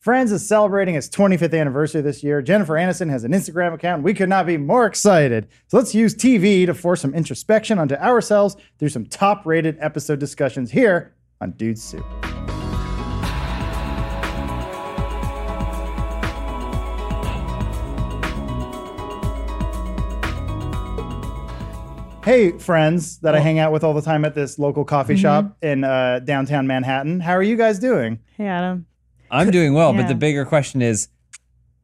Friends is celebrating its 25th anniversary this year. Jennifer Aniston has an Instagram account. We could not be more excited. So let's use TV to force some introspection onto ourselves through some top rated episode discussions here on Dude Soup. Hey, friends that I hang out with all the time at this local coffee shop in uh, downtown Manhattan. How are you guys doing? Hey, Adam. I'm doing well, but Yeah. the bigger question is,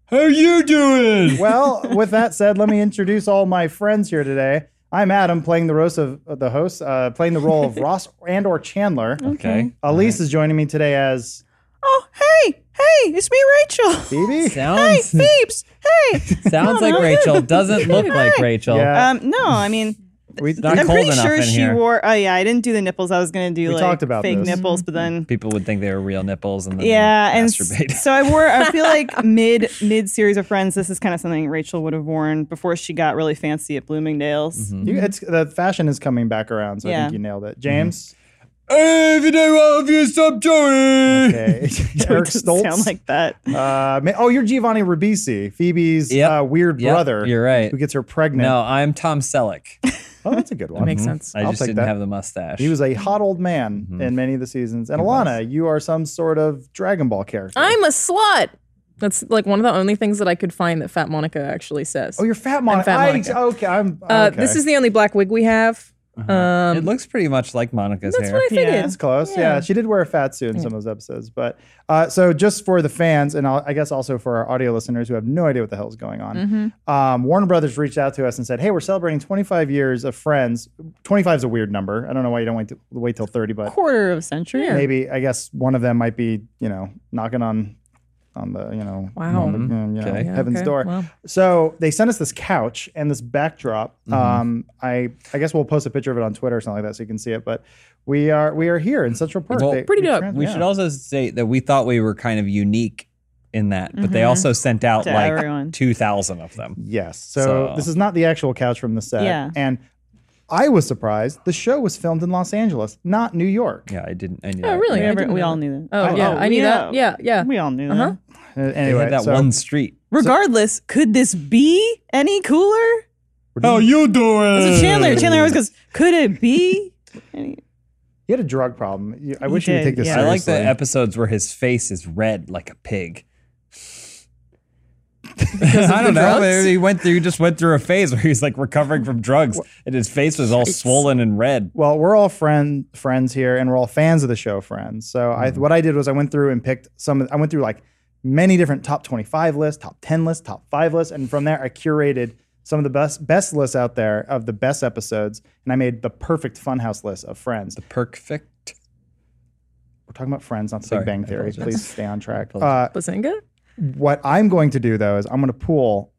how you doing? well, with that said, let me introduce all my friends here today. I'm Adam, playing the roast of uh, the host, uh, playing the role of Ross and or Chandler. okay. Elise is joining me today as Oh, hey, hey, it's me, Rachel. Phoebe. Hey, Sounds Phoebes. Hey. Come sounds like on. Rachel. Doesn't look like Hi. Rachel. Yeah. Um, no, I mean, We, Not I'm cold pretty enough sure in she here. wore. Oh yeah, I didn't do the nipples. I was gonna do We like talked about fake this. nipples, but then People would think they were real nipples and then yeah, they and masturbate. s- so I wore. I feel like mid mid series of Friends, this is kind of something Rachel would have worn before she got really fancy at Bloomingdale's. you, it's the fashion is coming back around, so I Yeah. think you nailed it, James. if you know what, if you stop doing. Okay. Eric Doesn't Stoltz. Sound like that. uh, ma- oh, you're Giovanni Ribisi, Phoebe's Yep. uh, weird Yep, brother. you're right. Who gets her pregnant? No, I'm Tom Selleck. Oh, that's a good one. Makes sense. I I'll just take didn't that. have the mustache. He was a hot old man in many of the seasons. And Alana, you are some sort of Dragon Ball character. I'm a slut. That's like one of the only things that I could find that Fat Monica actually says. Oh, you're Fat Monica. Fat I- Monica. okay, I'm. uh, okay. Uh-huh. This is the only black wig we have. Um, it looks pretty much like Monica's that's hair. what I figured. Yeah. It's close. Yeah. Yeah. she did wear a fat suit in some of those episodes. But uh, so just for the fans, and I'll, I guess also for our audio listeners who have no idea what the hell's going on, Mm-hmm. um, Warner Brothers reached out to us and said, "Hey, we're celebrating 25 years of Friends. 25 is a weird number. I don't know why you don't wait to, wait till 30, but Quarter of a century. Yeah. maybe I guess one of them might be you know knocking on on the you know Wow. Oh, on the, you know, Okay. Yeah, Mm-hmm. heaven's okay. door. Wow. So they sent us this couch and this backdrop. Mm-hmm. Um, I I guess we'll post a picture of it on Twitter or something like that so you can see it. But we are we are here in Central Park. Well, pretty dope. trans- We yeah. should also state that we thought we were kind of unique in that, but they also sent out To like everyone. 2,000 of them. yes. So, So- this is not the actual couch from the set. Yeah. And I was surprised. The show was filmed in Los Angeles, not New York. Yeah, I didn't. I knew Oh, that. We, really? Yeah. I ever- didn't we know all that. knew that. Oh, yeah, I knew that. Yeah, yeah. We all knew that. Uh-huh. Uh, They Anyway, had that so- one street. Regardless, could this be any cooler? How you doing? That's what Mm. Chandler. Chandler always goes, "Could it be?" He had a drug problem. You- I He wish you would did, take this yeah. I like the seriously. episodes where his face is red like a pig. I don't know. drugs? maybe He went through, just went through a phase where he was like recovering from drugs, and his face was all swollen and red. Well, we're all friend friends here, and we're all fans of the show, friends. So I Mm-hmm. what I did was I went through and picked some. I went through like many different top twenty five lists, top ten lists, top five lists, and from there I curated some of the best best lists out there of the best episodes, and I made the perfect Funhouse list of Friends. Perfect. We're talking about Friends, not the Sorry, Big Bang I Theory. apologize. Please stay on track. Uh, apologize. Bazinga? what I'm going to do though is I'm going to pull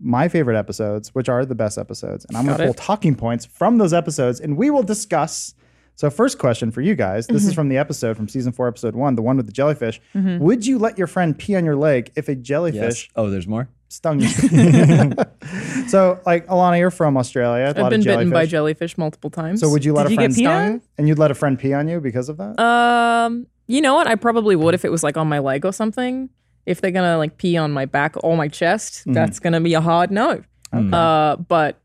my favorite episodes, which are the best episodes, and I'm going to Got pull it. talking points from those episodes, and we will discuss. So, first question for you guys: Mm-hmm. This is from the episode from season four, episode one, the one with the jellyfish. Would you let your friend pee on your leg if a Yes. jellyfish Oh, there's more. stung you? so, like Alana, you're from Australia. A lot I've been of bitten jellyfish. by jellyfish multiple times. So, would you let Did a you friend get pee on? stung? and you'd let a friend pee on you because of that? Um, you know what? I probably would if it was like on my leg or something. If they're gonna like pee on my back or my chest, that's gonna be a hard no. Uh, but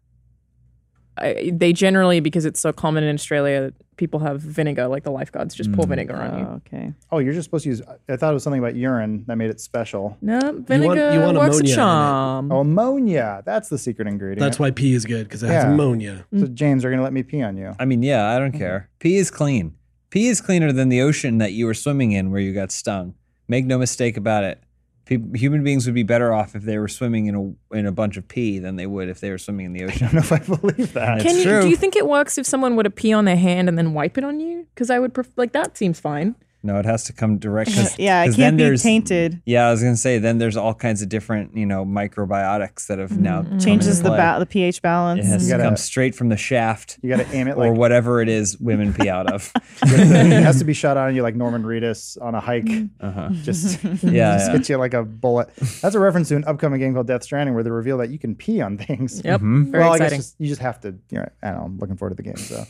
I, they generally, because it's so common in Australia, people have vinegar. Like the lifeguards just pour vinegar on you. Oh, okay. oh, you're just supposed to use. I thought it was something about urine that made it special. No, vinegar you want works a ammonia in it. charm. Oh, ammonia. That's the secret ingredient. That's why pee is good because it has Yeah. ammonia. So Mm. James, you're gonna let me pee on you. I mean, yeah, I Mm-hmm. don't care. Pee is clean. Pee is cleaner than the ocean that you were swimming in where you got stung. Make no mistake about it. Peop human beings would be better off if they were swimming in a in a bunch of pee than they would if they were swimming in the ocean. I don't know if I believe that. Can Uh, It's you? true. Do you think it works if someone were to pee on their hand and then wipe it on you? Because I would pref- like that seems fine. No, it has to come direct. 'cause- Yeah, it 'cause then can't be there's- tainted. Yeah, I was gonna say then there's all kinds of different you know microbiotics that have now come Changes into the play. ba- the pH It balance. has You to gotta- come straight from the shaft You gotta aim it or like whatever it is women pee out of. it has to be shot on you like Norman Reedus on a hike. Mm. Uh-huh. Just Yeah, just yeah. hit you like a bullet. That's a reference to an upcoming game called Death Stranding where they reveal that you can pee on things. Yep, very Mm-hmm. well, I guess exciting. just, you just have to. You know, I don't know. I'm looking forward to the game. So,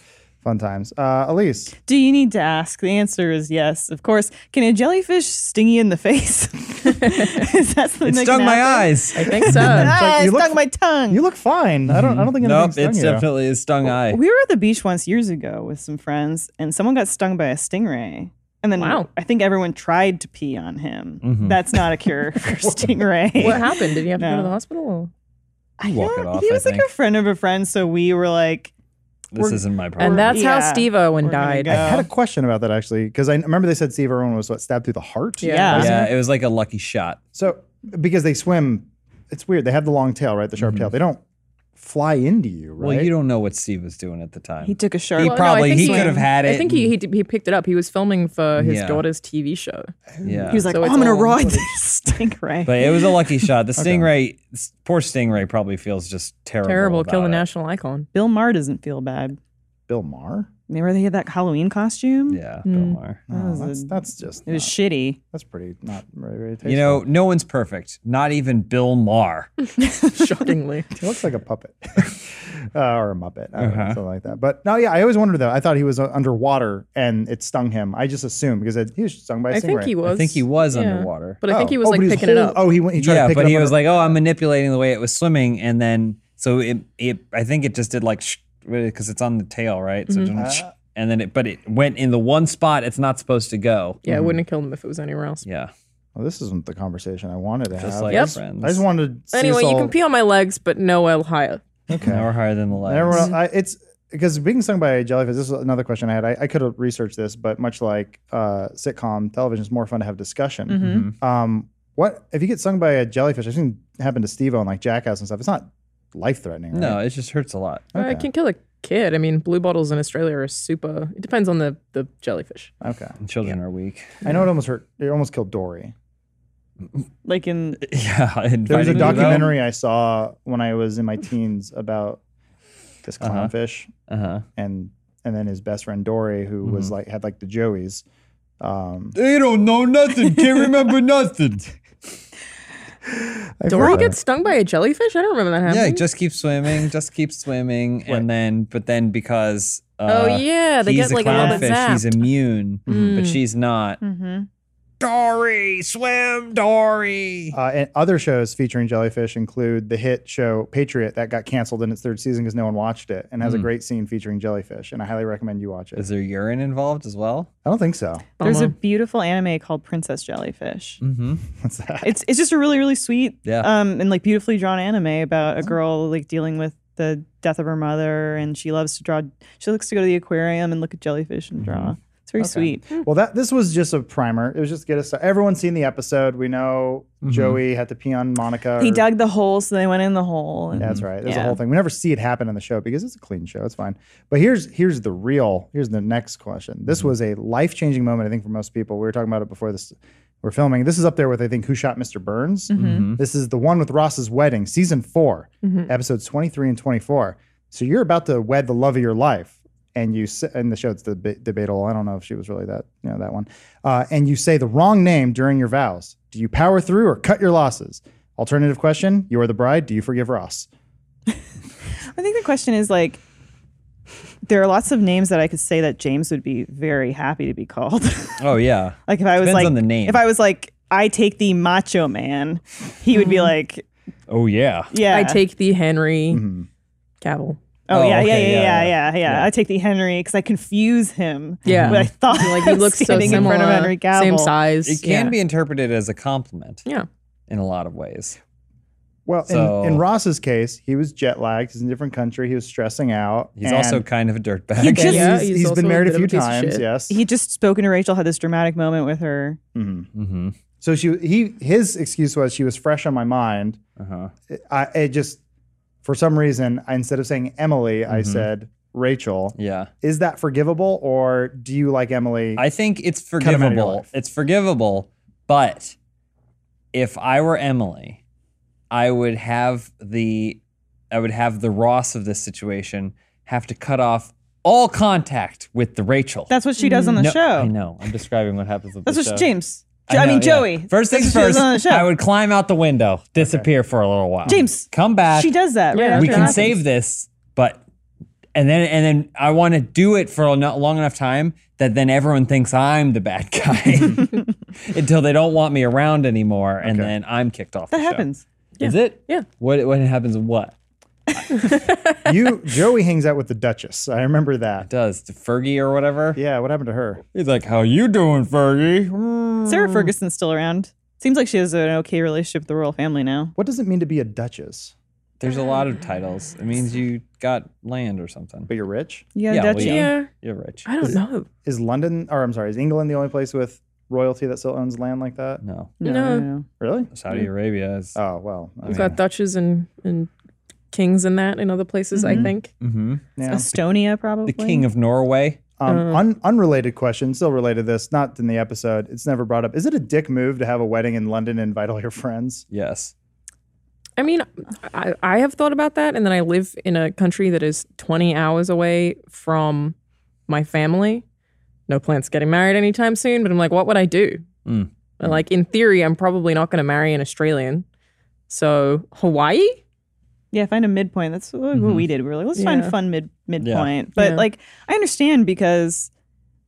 Fun times. Uh, Elise, Do you need to ask? The answer is yes, of course. Can a jellyfish sting you in the face? is that something It that stung can my happen? eyes. I think so. Ah, But it you look- stung my Mm. tongue. you look fine. I don't. I don't think Nope, anything's it's stung you. definitely a stung eye. we were at the beach once years ago with some friends, and someone got stung by a stingray. And then Wow. I think everyone tried to pee on him. Mhm. That's not a cure for stingray. What happened? Did you have to go No. to the hospital? I Walk don't- it off, He I was like think. a friend of a friend, so we were like, This We're- isn't my problem. And that's how Yeah. Steve Owen We're gonna died. go. I had a question about that actually because I remember they said Steve Irwin was what stabbed through the heart. Yeah. yeah. yeah, it was like a lucky shot. So because they swim, it's weird. They have the long tail, right? The sharp tail. They don't fly into you, right? Mm-hmm. Well, you don't know what Steve was doing at the time. He took a sharp. He Well, no, I probably think he could have had it. I think he, he he picked it up. He was filming for his Yeah. daughter's TV show. yeah. he was like, So oh, it's I'm gonna all ride footage. this stingray. but it was a lucky shot. The stingray, s- poor stingray, probably feels just terrible. Terrible, about kill the it. national icon. Bill Maher doesn't feel bad. Bill Maher. Remember they had that Halloween costume? Yeah, Mm. Bill Maher. No, was that's, a- that's just It was not- shitty. that's pretty not very very tasteful. You know, no one's perfect. Not even Bill Maher. Shockingly. He looks like a puppet uh, or a muppet, I don't know, Uh-huh. something like that. But no, yeah, I always wondered though. I thought he was uh, underwater and it stung him. I just assumed because it, he was stung by a I think stingray. he was. I think he was yeah. underwater. But I think Oh. he was Oh, like but he's picking it hol- up. Oh, he went. He tried yeah, to pick but it up he was under- like, "Oh, I'm manipulating the way it was swimming," and then so it it I think it just did like because it's on the tail, right? So it Mm-hmm. just Uh, sh- and then it but it went in the one spot it's not supposed to go. yeah, it wouldn't have killed him if it was anywhere else. Mm-hmm. Yeah, oh, "This isn't the conversation I wanted to just have." like Yep. friends. I just wanted. To see Anyway, us you all- can pee on my legs, but no L higher. Okay. Now we're higher than the And legs. Everyone else, I, it's because being sung by a jellyfish. This is another question I had. I, I could have researched this, but much like uh, sitcom television, it's more fun to have discussion. Mhm. Mm-hmm. Um, what if you get sung by a jellyfish? I've seen it happen to Steve on like Jackass and stuff. It's not life threatening. No, it just hurts a lot. Uh, it can kill a kid. I mean, blue bottles in Australia are super. It depends on the, the jellyfish. Okay. Children are weak. I know it almost hurt. It almost killed Dory. Like in Yeah, There was a invited them out. documentary I saw when I was in my teens about this Uh-huh. clownfish Uh-huh. and and then his best friend Dory, who was like had like the Joeys. Um, They don't know nothing. Can't remember nothing. I Dory forgot. gets stung by a jellyfish? I don't remember that Yeah, happening. just keep swimming. Just keep swimming, and then but then because uh, oh, yeah. They he's get like a a little bit clownfish. zapped. Mm. he's immune, but she's not. Mm-hmm. Dory, swim, Dory. Uh, and other shows featuring jellyfish include the hit show Patriot that got canceled in its third season because no one watched it and has a great scene featuring jellyfish. And I highly recommend you watch it. Is there urine involved as well? I don't think so. there's a Bummer. beautiful anime called Princess Jellyfish. Mm-hmm. What's that? It's it's just a really really sweet Yeah. Uh, um and like beautifully drawn anime about Oh. a girl like dealing with the death of her mother and she loves to draw she likes to go to the aquarium and look at jellyfish and draw. Mm-hmm. It's very sweet. Well, that this was just a primer. It was just to get us. Everyone's seen the episode. We know Joey had to pee on Monica. He or- dug the hole so they went in the hole. And, Yeah, That's right. There's a Yeah. whole thing. We never see it happen in the show because it's a clean show. It's fine. But here's here's the real here's the next question. This was a life changing moment, I think, for most people. We were talking about it before this. We're filming. This is up there with I think Who Shot Mr. Burns. hmm. Mm-hmm. Mm-hmm. Mm-hmm. This is the one with Ross's wedding, season 4 episodes twenty three and twenty four. So you're about to wed the love of your life, and you s- and the show it's deb- debatable. I don't know if she was really that you know that one. Uh, and you say the wrong name during your vows. Do you power through or cut your losses? Alternative question: You are the bride. Do you forgive Ross? I think the question is like there are lots of names that I could say that James would be very happy to be called. Oh yeah. like if I was Depends like on the name. if I was like I take the macho man, he would be like Oh yeah. yeah. Mm-hmm. I take the Henry Mm-hmm. Cavill. Oh, Oh, yeah, yeah, yeah, okay, yeah, yeah, yeah, yeah, I take the Henry because I confuse him. Yeah. but I thought Like, he looks so standing similar. in front of Henry Cavill. Same size. It can yeah. be interpreted as a compliment Yeah. in a lot of ways. Well, So- in, in Ross's case, he was jet lagged. He's in a different country. He was stressing out. He's and- also and kind of a dirtbag. He just- Yeah, he's- he's he's also been a married a bit of few a piece of times. shit. Yes. He just spoken to Rachel, had this dramatic moment with her. Mhm. mm-hmm. So she he his excuse was she was fresh on my mind. Uh-huh. I it just for some reason I, instead of saying Emily, I said Rachel. Yeah. Is that forgivable or do you like Emily? I think it's Cut 'em out of your forgivable. life. It's forgivable, but if I were Emily, I would have the I would have the Ross of this situation have to cut off all contact with the Rachel. That's what she does on the Mm-hmm. No, show. I know. I'm describing what happens with That's the what show. James. I I, mean, know, Joey. yeah. First That's things what she does first, on the show. I would climb out the window, disappear for a little while. James, come back. she does that. Yeah, right we after after it can happens. happens. save this, but and then and then I want to do it for a no- long enough time that then everyone thinks I'm the bad guy until they don't want me around anymore, and Okay. then I'm kicked off. That the show. happens. Is it? Yeah. What what happens? in What you Joey hangs out with the Duchess. I remember that. does to Fergie or whatever? Yeah, what happened to her? He's like, "How you doing, Fergie?" Mm. Sarah Ferguson's still around. Seems like she has an okay relationship with the royal family now. What does it mean to be a Duchess? There's a lot of titles. It means you got land or something. But you're rich. Yeah, Yeah, well, duchy. Yeah. You're rich. I don't know. Is London or I'm sorry, is England the only place with royalty that still owns land like that? No, No, No. no, no. Really? Saudi Arabia is. Mm-hmm. Oh well. I We've mean, got duchess and and kings and that in other places. I think. Mhm. yeah. Estonia probably. The king of Norway. Um, Uh, un- unrelated question, still related to this, not in the episode. It's never brought up. Is it a dick move to have a wedding in London and invite all your friends? Yes. I mean, I, I have thought about that, and then I live in a country that is 20 hours away from my family. No plans getting married anytime soon, but I'm like, what would I do? Mm. And, Like, in theory, I'm probably not going to marry an Australian. So, Hawaii? Yeah, find a midpoint. That's what what we did. We were like, let's find Yeah. a fun mid midpoint. But Yeah. like, I understand because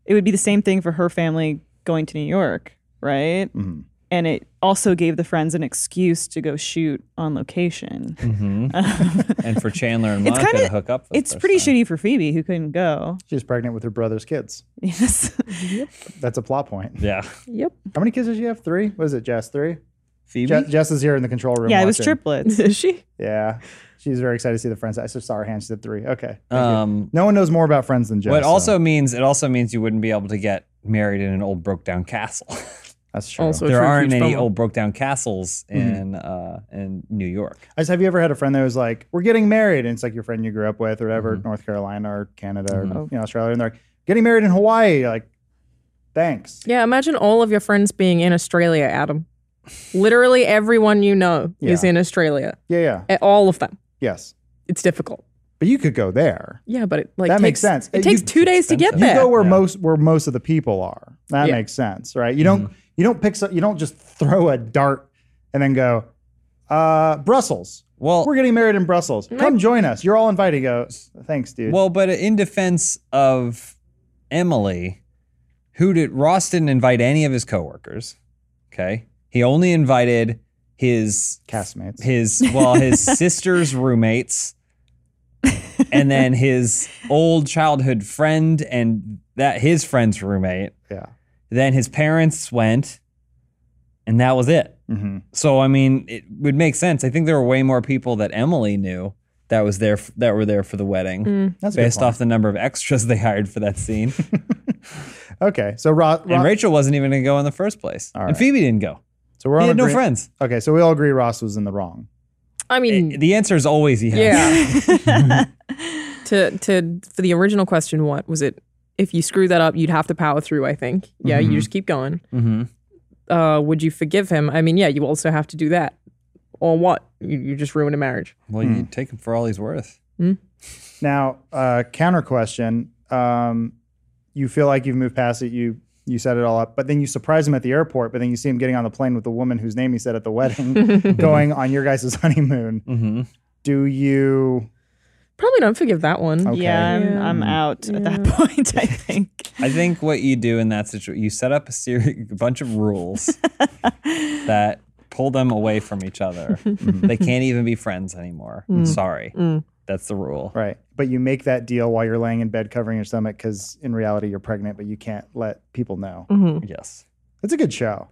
it would be the same thing for her family going to New York, right? Mhm. And it also gave the friends an excuse to go shoot on location. Mm-hmm. hmm and for Chandler and It's Monica kinda- to hook up. For the it's first pretty time. shitty for Phoebe who couldn't go. She's pregnant with her brother's kids. Yes, That's a plot point. Yeah. Yep. How many kids does she have? Three? What is it, Jess? Three? Phoebe. Je- Jess is here in the control room. yeah, it was watching. triplets. Is she? Yeah. She's very excited to see the friends. I just saw her hand. She said three. Okay. um, No one knows more about friends than Jess. what so also means it also means you wouldn't be able to get married in an old broke down castle. that's true. Also- there true, aren't huge many bummer. old broke down castles in uh, in New York. I just, have you ever had a friend that was like, "We're getting married," and it's like your friend you grew up with, or whatever, North Carolina or Canada or Mhm. you know Australia, and they're like, "Getting married in Hawaii." You're like, thanks. Yeah, imagine all of your friends being in Australia, Adam. Literally everyone you know is Yeah. in Australia. Yeah, yeah, Eh, All of them. yes. It's difficult. But you could go there. Yeah, but it like That takes, makes sense. Eh, It You- takes two days to get expensive. You there. go where Yeah. most where most of the people are. That Yeah. makes sense, right? You Mm-hmm. don't you don't pick so, you don't just throw a dart and then go, uh, Brussels. Well, We're getting married in Brussels. Come join us. You're all invited. You Go. Thanks, dude. well, but in defense of Emily, who did Ross didn't invite any of his coworkers. Okay, he only invited his Castmates. his well his sister's roommates and then his old childhood friend and that his friend's roommate yeah. then his parents went and that was it hmm so i mean it would make sense i think there were way more people that emily knew that was there f- that were there for the wedding Mm. That's a good based point. off the number of extras they hired for that scene Okay, so Ross. and rachel wasn't even going to go in the first place right. and phoebe didn't go so we're he on had no agree- friends Okay, so we all agree Ross was in the wrong. I mean, It- Eh, the answer is always yes Yeah. to to for the original question, what was it? If you screw that up, you'd have to power through. I think. Yeah, Mm-hmm. you just keep going. Mhm. Uh, would you forgive him? I mean, yeah, you also have to do that. Or what? You, you just ruined a marriage. well Hmm. you take him for all he's worth Now, uh, counter question: um, You feel like you've moved past it. You you set it all up, but then you surprise him at the airport. But then you see him getting on the plane with the woman whose name he said at the wedding, going on your guys' honeymoon. mm-hmm. Do you? Probably don't forgive that one. Okay. Yeah, I'm, I'm out at that point. I think. I think what you do in that situation, you set up a series, a bunch of rules that pull them away from each other. Mm-hmm. they can't even be friends anymore. Mm. Sorry, that's the rule. Right, but you make that deal while you're laying in bed covering your stomach because in reality you're pregnant, but you can't let people know. Mm-hmm. Mm. Yes. It's a good show.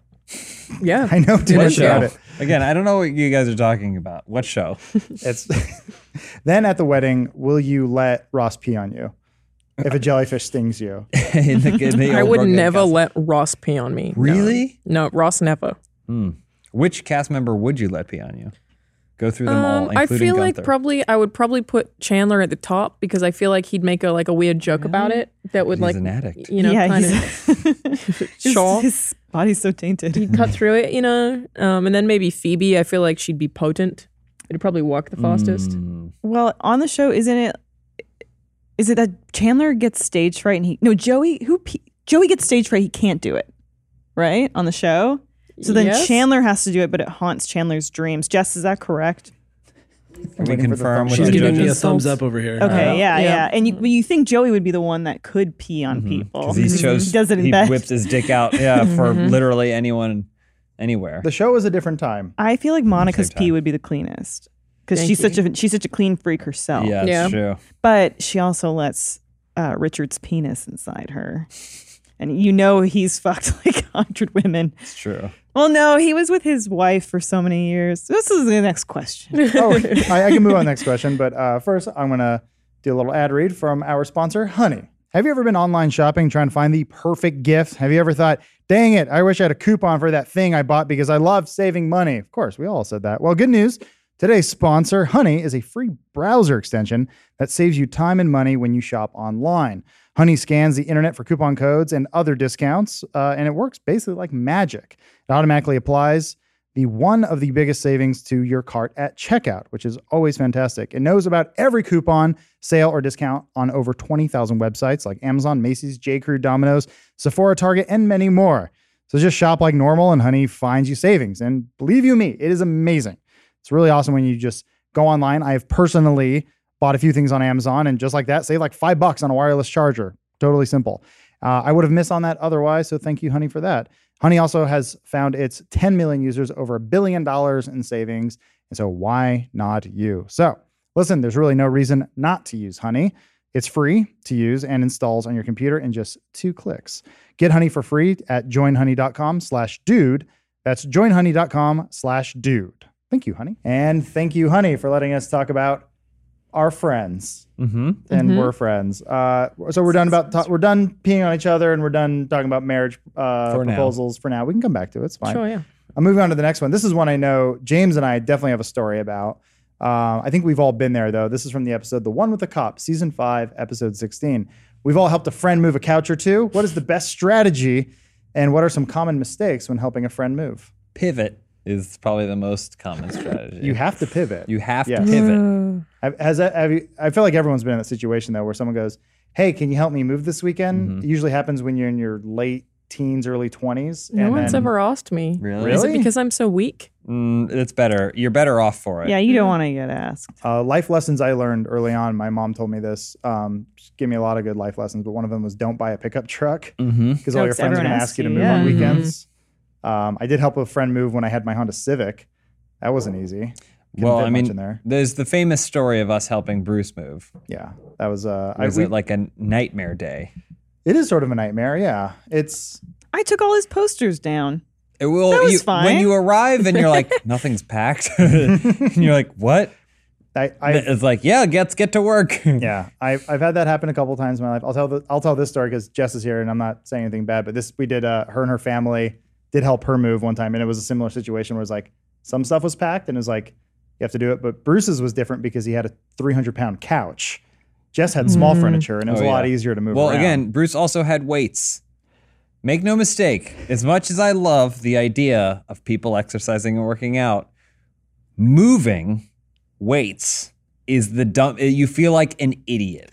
Yeah. I know too What much about show? it. Again, I don't know what you guys are talking about. What show? It's then at the wedding, will you let Ross pee on you if a jellyfish stings you? In the- in the I old would Broken never Castle. let Ross pee on me. No. Really? No, Ross never. Which cast member would you let pee on you? Go through them all, Um, I including feel like Gunther. probably I would probably put Chandler at the top because I feel like he'd make a like a weird joke about it that would He's like an addict. you know yeah, kind of he's, his, Shaw. his body's so tainted. he'd cut through it, you know. Um, and then maybe Phoebe. I feel like she'd be potent. It'd probably walk the fastest. Mm. Well, on the show, isn't it? Is it that Chandler gets stage fright and he no Joey who pe- Joey gets stage fright he can't do it, right on the show. So then Yes. Chandler has to do it, but it haunts Chandler's dreams. Jess, is that correct? Can we waiting for the confirm thumbs up. with She's our Sorry, giving me a judges? thumbs up over here. Okay, Uh, yeah, yeah, yeah. And you, but you think Joey would be the one that could pee on people? Because he chose He does it in he bed. whipped his dick out, yeah, for Mm-hmm. literally anyone, anywhere. The show was a different time. I feel like Monica's time. pee would be the cleanest because Thank she's such you. a she's such a clean freak Oh, herself. Yeah, Yeah. it's true. But she also lets uh, Richard's penis inside her, and you know he's fucked like a hundred women. It's true. Well, no, he was with his wife for so many years. This is the next question. Oh, I, I can move on to the next question, but uh, first I'm gonna do a little ad read from our sponsor, Honey. Have you ever been online shopping trying to find the perfect gift? Have you ever thought, dang it, I wish I had a coupon for that thing I bought because I love saving money? Of course, we all said that. Well, good news. Today's sponsor, Honey, is a free browser extension that saves you time and money when you shop online. Honey scans the internet for coupon codes and other discounts, uh, and it works basically like magic. It automatically applies the one of the biggest savings to your cart at checkout, which is always fantastic. It knows about every coupon, sale, or discount on over 20,000 websites like Amazon, Macy's, J.Crew, Domino's, Sephora, Target, and many more. So just shop like normal and Honey finds you savings. And believe you me, it is amazing. It's really awesome when you just go online. I have personally bought a few things on Amazon and just like that, saved like five bucks on a wireless charger. Totally simple. Uh, I would have missed on that otherwise. So thank you, Honey, for that. Honey also has found its 10 million users over a billion dollars in savings. And so why not you? So listen, there's really no reason not to use Honey. It's free to use and installs on your computer in just two clicks. Get Honey for free at joinhoney.com slash dude. That's joinhoney.com slash dude. Thank you, Honey. And thank you, Honey, for letting us talk about our friends Mm-hmm. and Mhm. we're friends. Uh, so we're done about ta- we're done peeing on each other, and we're done talking about marriage uh, For now. proposals for now. We can come back to it. It's fine. Sure, yeah. I'm moving on to the next one. This is one I know James and I definitely have a story about. Uh, I think we've all been there though. This is from the episode "The One with the Cop," season five, episode 16. We've all helped a friend move a couch or two. What is the best strategy, and what are some common mistakes when helping a friend move? Pivot is probably the most common strategy. You have to pivot. You have Yes. to pivot. Mm. Have- Has that, have you, I feel like everyone's been in that situation though, where someone goes, "Hey, can you help me move this weekend?" Mm-hmm. It usually happens when you're in your late teens, early twenties. No one's ever asked me. Really? Is it Really? because I'm so weak? Mm, it's better. You're better off for it. yeah, Mm-hmm. you don't want to get asked. uh, life lessons I learned early on. My mom told me this. Um, she gave me a lot of good life lessons, but one of them was don't buy a pickup truck Mm-hmm. because all Oh, your 'cause friends are going everyone to asks ask you to you, move yeah. on Mhm. weekends. Um, I did help a friend move when I had my Honda Civic. That wasn't easy. Couldn't Well, fit I much mean, in there. there's the famous story of us helping Bruce move. Yeah, that was. Uh, I, Was we- it like a nightmare day? it is sort of a nightmare. Yeah, it's I took all his posters down. It will. That was you, When fine. you arrive and you're like, nothing's packed. and you're like, what? I. I it's like, yeah, let's get to work. Yeah, I've, I've had that happen a couple times in my life. I'll tell the, I'll tell this story because Jess is here, and I'm not saying anything bad. But this, we did uh, her and her family did help her move one time, and it was a similar situation where it's like some stuff was packed, and it was like you have to do it. But Bruce's was different because he had a 300 pound couch. Jess had small furniture, and it was Oh, a lot yeah. easier to move. Well, around. again, Bruce also had weights. Make no mistake, as much as I love the idea of people exercising and working out, moving weights is the dumb. You feel like an idiot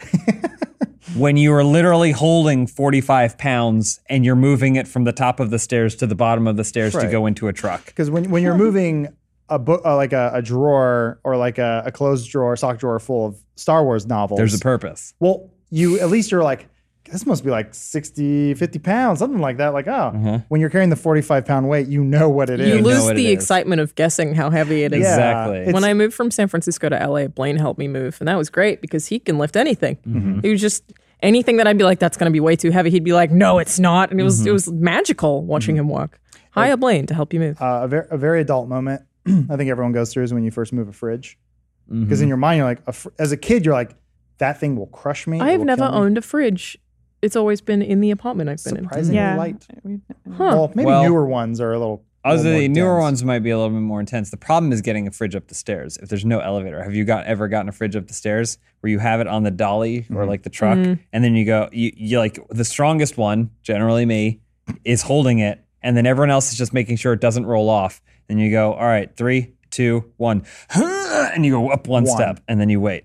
when you are literally holding 45 pounds and you're moving it from the top of the stairs to the bottom of the stairs to Right. go into a truck. because when when you're moving a book, uh, like a, a drawer or like a, a closed drawer, sock drawer full of Star Wars novels, There's a purpose. well you at least you're like this must be like 60 50 pounds something like that like oh when you're carrying the 45 pound weight you know what it is You Uh-huh. know lose what it the is. excitement of guessing how heavy it is. Yeah, Exactly. it's- When I moved from San Francisco to LA, Blaine helped me move, and that was great because he can lift anything. Mm-hmm. He was just anything that I'd be like, "That's going to be way too heavy." He'd be like, "No, it's not," and Mm-hmm. it was it was magical watching him walk. Hiya, Blaine, to help you move. uh, a, ver- a very adult moment i think everyone goes through is when you first move a fridge because Mm-hmm. in your mind you're like a fr- as a kid you're like that thing will crush me I it have will never kill me." owned a fridge. It's always been in the apartment I've been surprisingly Yeah. light We- well maybe Well- newer ones are a little a Other little more the newer dense. ones might be a little bit more intense. The problem is getting a fridge up the stairs. If there's no elevator, have you got ever gotten a fridge up the stairs where you have it on the dolly or Mm-hmm. like the truck, and then you go, you you like the strongest one, generally me, is holding it, and then everyone else is just making sure it doesn't roll off. Then you go, all right, three, two, one, and you go up one, One. step, and then you wait.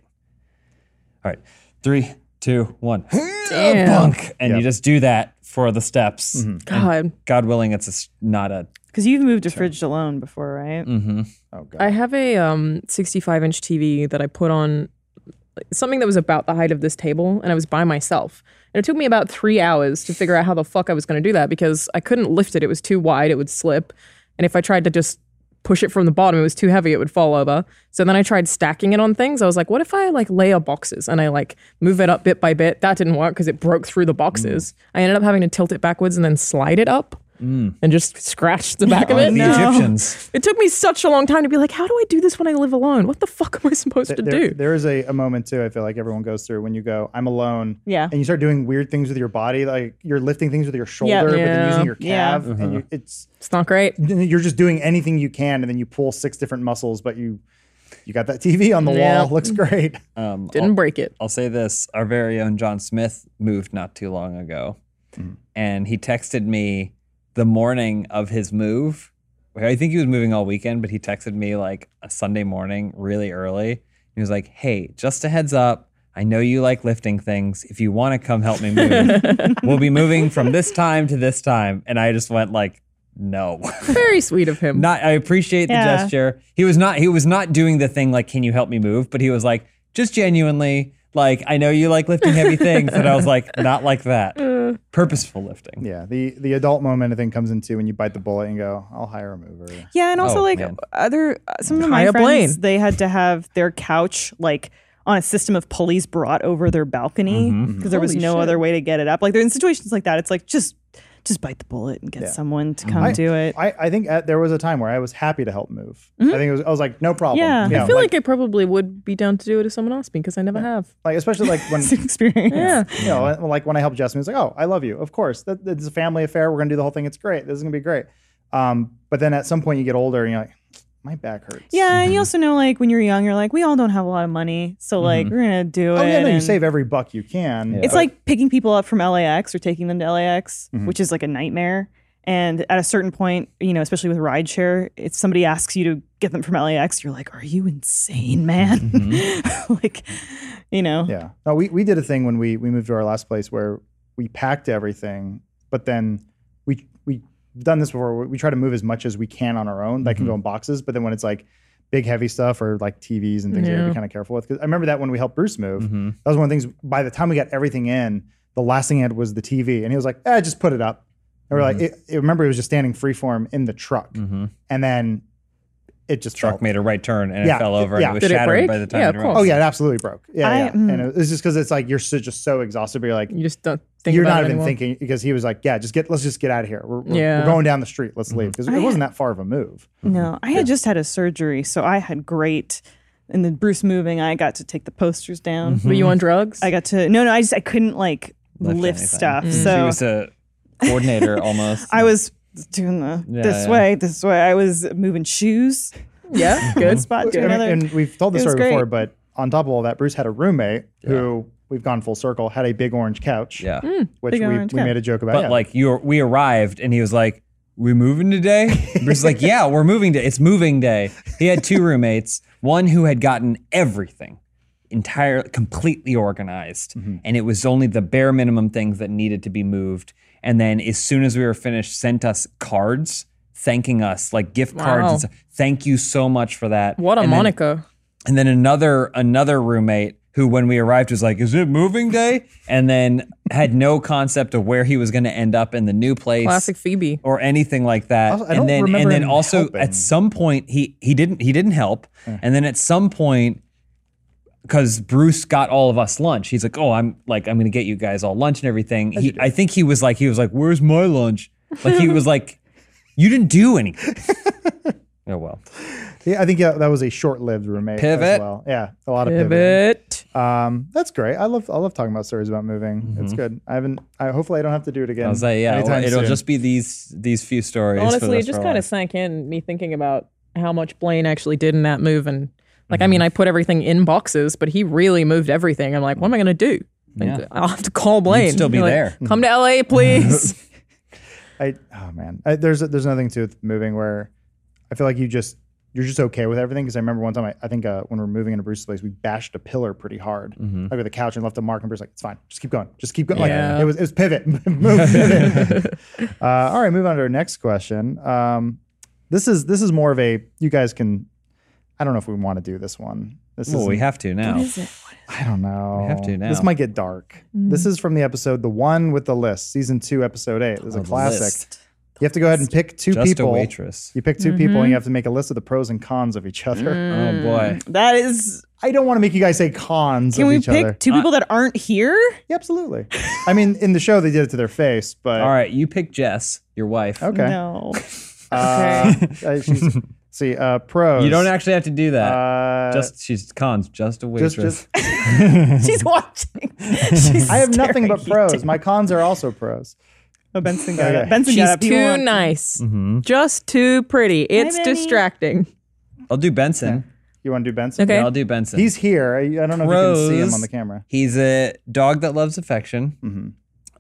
All right, three, two, one, Damn. bunk, and Yep. Mm-hmm. you just do that for the steps. in. God, God willing, it's a, s- not a Because you've moved a fridge alone before, right? Mm-hmm. Oh god. I have a um 65 inch TV that I put on something that was about the height of this table, and I was by myself. And it took me about three hours to figure out how the fuck I was going to do that because I couldn't lift it. It was too wide, it would slip. And if I tried to just push it from the bottom, it was too heavy, it would fall over. So then I tried stacking it on things. I was like, what if I like layer boxes and I like move it up bit by bit? That didn't work because it broke through the boxes. I ended up having to tilt it backwards and then slide it up. And just scratch the back of Like it. the Egyptians. It took me such a long time to be like, how do I do this when I live alone? What the fuck am I supposed to there, do? there is a, a moment too. I feel like everyone goes through when you go, I'm alone. Yeah. And you start doing weird things with your body, like you're lifting things with your shoulder, but then Yeah. using your Yeah. calf, and you, it's It's not great. you're just doing anything you can, and then you pull six different muscles, but you you got that TV on the Yeah. wall, looks great. Um, Didn't break it. I'll say this: our very own John Smith moved not too long ago, and he texted me the morning of his move. I think he was moving all weekend, but he texted me like a Sunday morning, really early. He was like, "Hey, just a heads up. I know you like lifting things. If you want to come help me move, we'll be moving from this time to this time." And I just went like, "No." Very sweet of him. Not I appreciate the Yeah. gesture. He was not he was not doing the thing like can you help me move, but he was like just genuinely like I know you like lifting heavy things and I was like not like that. Uh. Purposeful lifting. Yeah, the the adult moment I think comes into when you bite the bullet and go, I'll hire a mover. Yeah, and also Oh, like man. other uh, some of my Hire a friends, plane. they had to have their couch like on a system of pulleys brought over their balcony Mm-hmm, because there was Holy no shit. other way to get it up. Like they're in situations like that. It's like just just bite the bullet and get someone to come Mm-hmm. I- do it. I, I think at, there was a time where I was happy to help move. I think it was I was like, no problem. Yeah. I Mm-hmm. I feel like, I probably would be down to do it if someone asked me because I never have. like especially like when it's an experience. Yeah. you know, and, like when I helped Jasmine, it's like, oh, I love you. Of course, that, it's a family affair. We're gonna do the whole thing. It's great. This is gonna be great. Um, but then at some point you get older and you're like, my back hurts. Yeah, and you also know like when you're young, you're like, we all don't have a lot of money, so like we're gonna do Oh it. yeah, no, you and- save every buck you can. It's like picking people up from LAX or taking them to LAX, Mm-hmm. which is like a nightmare. And at a certain point, you know, especially with rideshare, if somebody asks you to get them from LAX, you're like, "Are you insane, man?" Mm-hmm. like, you know, Yeah. No, we, we did a thing when we we moved to our last place where we packed everything, but then we we have done this before. We- We try to move as much as we can on our own. That Mm-hmm. can go in boxes, but then when it's like big heavy stuff or like TVs and things, we have to Mm-hmm. be Yeah. kind of careful with. Because I remember that when we helped Bruce move, Mhm. that was one of the things. By the time we got everything in, the last thing he had was the TV, and he was like, "Ah, just put it up." And we're like, it, it- remember, it was just standing freeform in the truck, Mhm. and then it just Truck fell. made a right turn and Yeah. it fell over Yeah. and it was Did it shattered break? by the time Yeah, it of rolled. Oh yeah, it absolutely broke. Yeah, I- yeah. mm. and it- it's just because it's like you're so, just so exhausted, but you're like, You just don't think you're about not even it anymore. thinking because he was like, yeah, just get, let's just get out of here. We're, we're, Yeah. we're going down the street. Let's leave because I- it wasn't that far of a move. no, Mm-hmm. I had just had a surgery, so I had great. And then Bruce moving, I got to take the posters down. Mm-hmm. Were you on drugs? I got to no, no, I just I couldn't like lift, Lift anything. stuff, She so was Oh. a coordinator almost. I was doing the Yeah, this yeah. way, this way. I was moving shoes. yeah, good. One spot to And, another. and we've told the It was story before, great. but on top of all that, Bruce had a roommate who we've gone full circle had a big orange couch, Yeah. Mm. which Hmm. big we, orange we couch. made a joke about. But yeah. like you we arrived and he was like, We moving today? Bruce is like, Yeah, we're moving day. It's moving day. He had two roommates, one who had gotten everything entire completely organized. Mm-hmm. And it was only the bare minimum things that needed to be moved. And then as soon as we were finished, sent us cards thanking us, like gift cards Wow. and stuff. Thank you so much for that. What a And then- moniker. and then another another roommate who when we arrived was like is it moving day and then had no concept of where he was going to end up in the new place Classic Phoebe. or anything like that Also, I don't and then remember and then him also helping. at some point he he didn't he didn't help and then at some point because Bruce got all of us lunch. He's like, "Oh, I'm like, I'm gonna get you guys all lunch and everything." He, I think he was like, he was like, "Where's my lunch?" Like he was like, "You didn't do anything." oh well, yeah, I think yeah, that was a short lived roommate as Pivot. well. Yeah. A lot of pivot. Pivot. Um, that's great. I love, I love talking about stories about moving. It's good. I haven't, I hopefully I don't have to do it again. I was like, Mm-hmm. yeah, anytime it'll soon. just be these these few stories. for the Honestly, it rest just our kind of lives. sank in me thinking about how much Blaine actually did in that move. And like, Mm-hmm. I mean, I put everything in boxes, but he really moved everything. I'm like, what am I going to do? Like, Yeah. I'll have to call Blaine. still be Like, there. Come to LA, please. I oh man, I, there's there's nothing to it with moving where I feel like you just you're just okay with everything. Because I remember one time I, I think uh, when we were moving into Bruce's place, we bashed a pillar pretty hard, Mm-hmm. like with a couch, and left a mark. And Bruce was like, it's fine, just keep going, just keep going. Yeah. Like it was it was pivot, move, pivot. uh, all right, move on to our next question. Um, This is this is more of a you guys can. I don't know if we want to do this one. This Well, is we have to now. What is it? I don't know. have to now. This might get dark. Mm. This is from the episode, the one with the list, season two, episode eight. This is Oh, a the classic. list. You have to go ahead and pick two Just a people. waitress. You pick 2 people Mm-hmm. and you have to make a list of the pros and cons of each other. Mm. Oh boy. That is. I don't want to make you guys say cons Can of we each pick other. Uh, two people that aren't here? Yeah, absolutely. I mean, in the show they did it to their face, but All right, you pick Jess, your wife. okay. No. Uh, uh, she's- see, uh, pros. You don't actually have to do that. Uh, just she's cons, just a waitress. just, just. She's watching. She's I have nothing staring but at you. pros. My cons are also pros. Oh, Benson got Okay. it. Benson got She's it. People too want- nice. Mhm. Just too pretty. It's Benny. distracting. I'll do Benson. You want to do Benson? Okay. Yeah, I'll do Benson. He's here. I, I don't know if you can see him Pros. on the camera. He's a dog that loves affection. Mhm.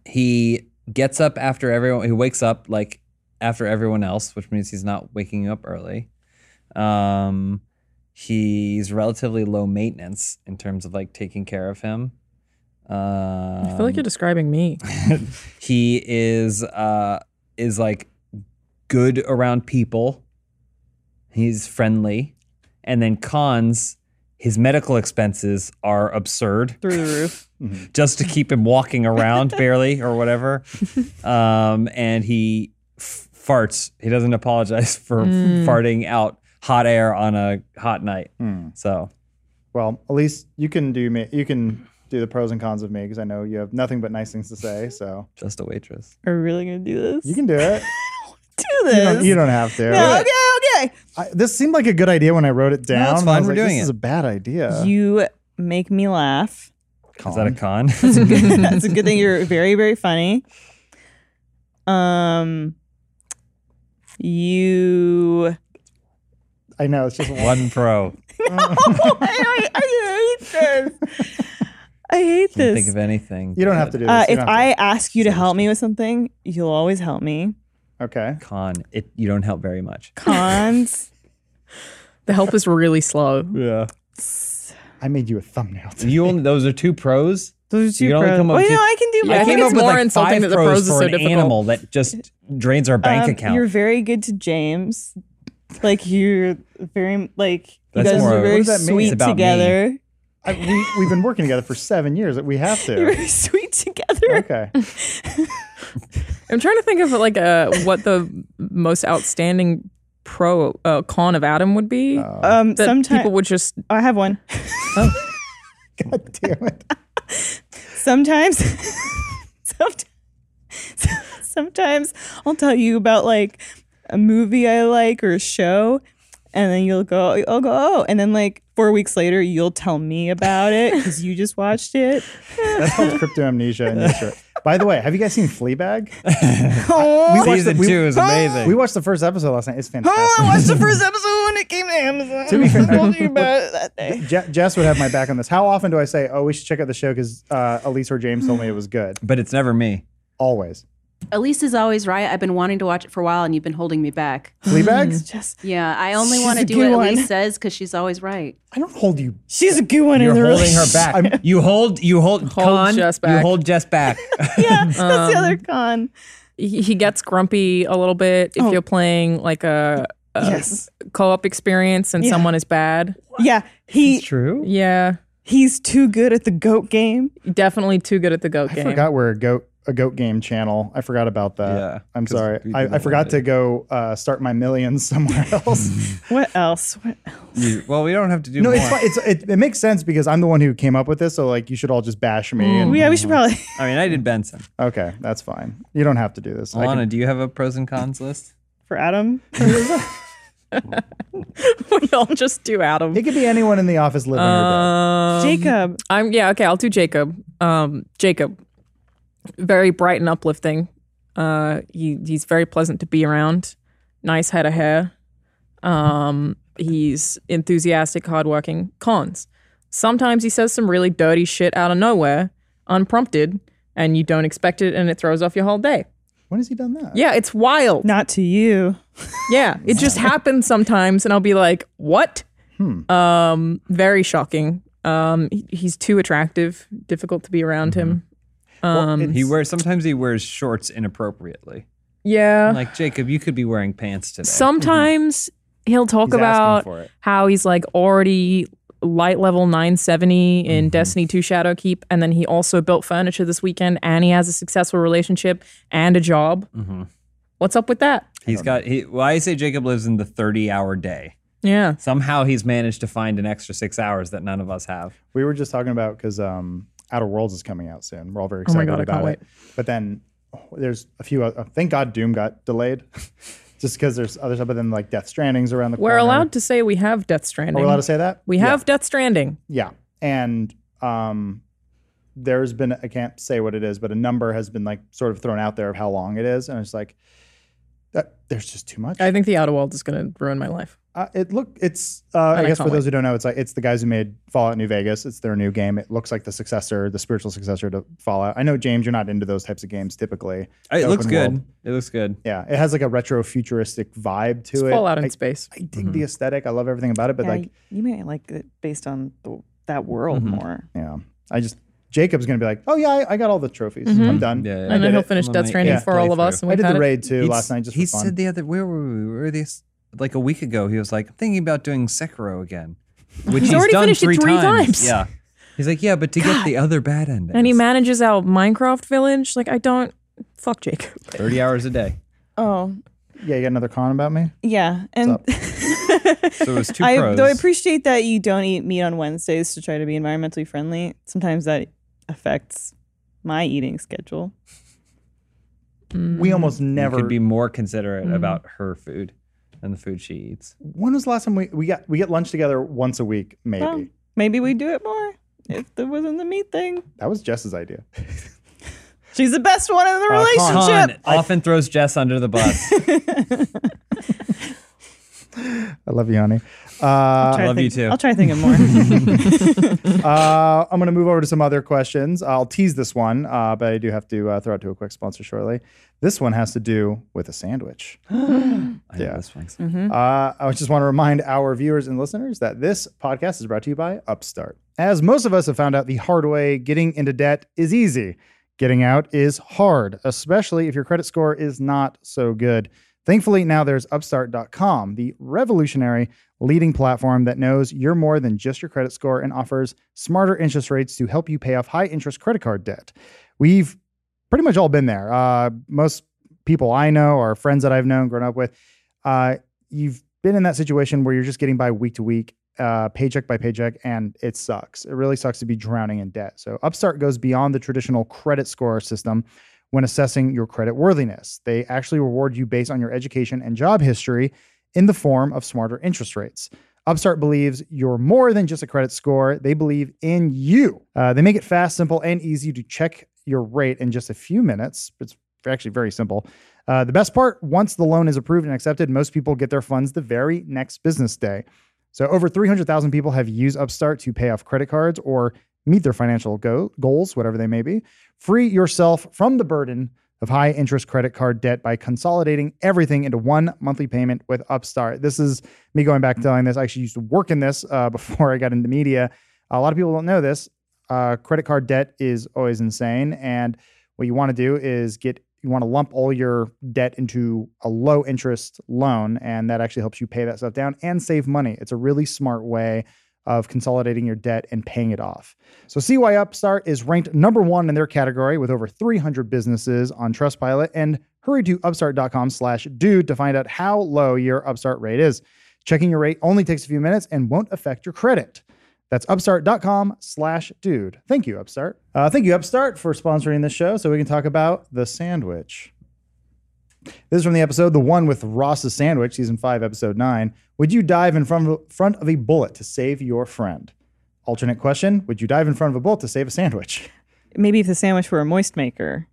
He gets up after everyone. He wakes up like after everyone else, which means he's not waking up early. Um, he's relatively low maintenance in terms of like taking care of him. Um, I feel like you're describing me. he is uh is like good around people. He's friendly, and then cons. His medical expenses are absurd Through the roof. just to keep him walking around barely or whatever. Um, and he f- farts. He doesn't apologize for f- Hmm. farting out hot air on a hot night. Hmm. So Well, at least you can do me. You can do the pros and cons of me because I know you have nothing but nice things to say. So just a waitress. Are we really gonna do this? you can do it. do you, this. don't, you don't have to. No, okay, okay. I, this seemed like a good idea when I wrote it down. it's and fine. I was We're like, doing this it. is a bad idea. You make me laugh. Is that a con? That's a good thing. You're very, very funny. Um, you. I know. It's just one. One pro. Oh, I, I hate this. I hate Can't this. think of anything. You don't have to do this. uh, You if don't have I ask you to help me with something, you'll always help me. to. okay, con. It you don't help very much. Cons. The help is really slow. Yeah. I made you a thumbnail. Too. You only those are two pros. Those are two You can only pros. come up oh, with- no, I can do. Yeah, I I think can it's more insulting that the pros is for so an difficult. animal that just drains our bank Um, account. You're very good to James. Like you're very like That's you guys more- are very What does that mean? sweet It's about me. together. I, we, we've been working together for seven years. We have You're to. very sweet together. Okay. I'm trying to think of like uh what the most outstanding pro uh, con of Adam would be. Oh. Um, that sometimes people would just I have one. God damn it. Sometimes, sometimes, sometimes I'll tell you about like a movie I like or a show, and then you'll go, I'll go, oh, and then like four weeks later you'll tell me about it because you just watched it. That's called crypto amnesia in nature. By the way, have you guys seen Fleabag? Oh, We watched Season the, we- two is amazing. We watched the first episode last night. It's oh, I fantastic. watched the first episode when it came to Amazon. To be fair- I told you about it that day. Je- Jess would have my back on this. How often do I say, "Oh, we should check out the show" because uh, Elise or James told me it was good? but it's never me. Always. Elise is always right. I've been wanting to watch it for a while, and you've been holding me back. Fleabag. Hmm. Just, Yeah, I only She's want a to do good what one. Elise says because she's always right. I don't hold you. she's a good one You're in the holding her relationship. back. you hold. You hold. con. Jess You back. hold Jess back. yeah, that's the other con. he he gets grumpy a little bit if you're playing like a, a Yes. co-op experience and Yeah. someone is bad. Yeah, he True. Yeah, he's too good at the goat game. definitely too good at the goat I game. forgot we're a goat a goat game channel. I forgot about that. Yeah, I'm 'cause sorry. we I, I didn't forgot want to go uh, start my millions somewhere else. What else? What else? You- well, we don't have to do no, more. it's, fi- it's it, it makes sense because I'm the one who came up with this. So like, you should all just bash me. Hmm. and- Yeah, we should probably. I mean, I did Benson. okay, that's fine. You don't have to do this. I Alana, can- do you have a pros and cons list? For Adam, we all just do Adam. it could be anyone in the office living or Um, Jacob, I'm yeah okay. I'll do Jacob. Um, Jacob, very bright and uplifting. Uh, he he's very pleasant to be around. Nice head of hair. Um, he's enthusiastic, hardworking. Cons. Sometimes he says some really dirty shit out of nowhere, unprompted, and you don't expect it, and it throws off your whole day. dead. When has he done that? Yeah, it's wild. not to you. Yeah, it just happens sometimes, and I'll be like, "What?" Hmm. Um, very shocking. Um, he- he's too attractive, Mm-hmm. difficult to be around him. um, he wears. Sometimes he wears shorts inappropriately. Yeah. Like mm-hmm. Jacob, you could be wearing pants today. Sometimes he'll talk He's asking about for it. how he's like already light level 970 in Mhm. Destiny 2 Shadowkeep and then he also built furniture this weekend and he has a successful relationship and a job. Mhm. What's up with that? He's got. He, well, I say Jacob lives in the thirty-hour day. Yeah. Somehow he's managed to find an extra six hours that none of us have. We were just talking about because um, Outer Worlds is coming out soon. We're all very Oh my excited God, I about it. can't But then oh, there's a few. Uh, thank God Doom got delayed, just because there's other stuff. But then like Death Stranding's around the We're corner. allowed to say we have Are Death we Stranding. allowed to say that? we Yeah. have Death Stranding. Yeah, and um, there's been I can't say what it is, but a number has been like sort of thrown out there of how long it is, and it's like that. There's just too much. I think the Outer World is going to ruin my life. Uh, it look it's uh, I I guess for can't those who don't know, it's like it's the guys who made Fallout New Vegas. It's their new game. It looks like the successor, the spiritual successor to Fallout. I know James, you're not into those types of games typically. It Open looks good. world. It looks good. Yeah, it has like a retro futuristic vibe to It's Mm-hmm. it. Fallout in I, space. I dig the aesthetic. I love everything about it, but Yeah, like, you might like it based on the, that world Mhm. more. yeah, I just Jacob's gonna be like, oh yeah, I, I got all the trophies. Mhm. I'm done. Yeah, yeah. I And did then he'll it. finish I'm Death on Stranding my for all of us. And I we've did had the it. raid too He'd last s- night just he for fun. said the other where were we? Where were these? Like a week ago, he was like, "I'm thinking about doing Sekiro again," which he's, already done finished it three, three times. times. Yeah, he's like, "Yeah, but to get the other bad end, And he manages our Minecraft village. Like, I don't. Fuck Jake. thirty hours a day." Oh, yeah, you got another con about me. yeah. And So it was two I, pros. though I appreciate that you don't eat meat on Wednesdays to try to be environmentally friendly, sometimes that affects my eating schedule. We Mm. almost You never. could be more considerate about her food and the food she eats. when was the last time we we got we get lunch together once a week maybe? Oh. Well, maybe we do it more if there wasn't the meat thing. That was Jess's idea. She's the best one in the Uh, relationship. Khan often throws Jess under the bus. I love you, honey. Uh, Try to love you think- too. I'll try thinking more. Uh, I'm going to move over to some other questions. I'll tease this one, uh, but I do have to uh, throw out to a quick sponsor shortly. This one has to do with a sandwich. I know Yeah. this one's- Uh, I just want to remind our viewers and listeners that this podcast is brought to you by Upstart. As most of us have found out the hard way, getting into debt is easy. Getting out is hard, especially if your credit score is not so good. Thankfully, now there's Upstart.com, the revolutionary leading platform that knows you're more than just your credit score and offers smarter interest rates to help you pay off high interest credit card debt. We've pretty much all been there. Uh, most people I know or friends that I've known, grown up with, uh, you've been in that situation where you're just getting by week to week, uh, paycheck by paycheck, and it sucks. It really sucks to be drowning in debt. So Upstart goes beyond the traditional credit score system when assessing your credit worthiness. They actually reward you based on your education and job history in the form of smarter interest rates. Upstart believes you're more than just a credit score. They believe in you. Uh, they make it fast, simple, and easy to check your rate in just a few minutes. It's actually very simple. Uh, the best part once the loan is approved and accepted, most people get their funds the very next business day. So, over 300,000 people have used Upstart to pay off credit cards or meet their financial go- goals, whatever they may be. Free yourself from the burden of high interest credit card debt by consolidating everything into one monthly payment with Upstart. This is me going back telling this. I actually used to work in this uh, before I got into media. A lot of people don't know this. Uh, credit card debt is always insane. And what you want to do is get you want to lump all your debt into a low interest loan and that actually helps you pay that stuff down and save money it's a really smart way of consolidating your debt and paying it off so see why upstart is ranked number one in their category with over 300 businesses on trustpilot and hurry to upstart.com slash dude to find out how low your upstart rate is checking your rate only takes a few minutes and won't affect your credit that's upstart.com slash dude. Thank you, Upstart. Uh, thank you, Upstart, for sponsoring this show so we can talk about the sandwich. This is from the episode The One with Ross's Sandwich, season five, episode nine. Would you dive in front of, front of a bullet to save your friend? Alternate question Would you dive in front of a bullet to save a sandwich? Maybe if the sandwich were a moist maker,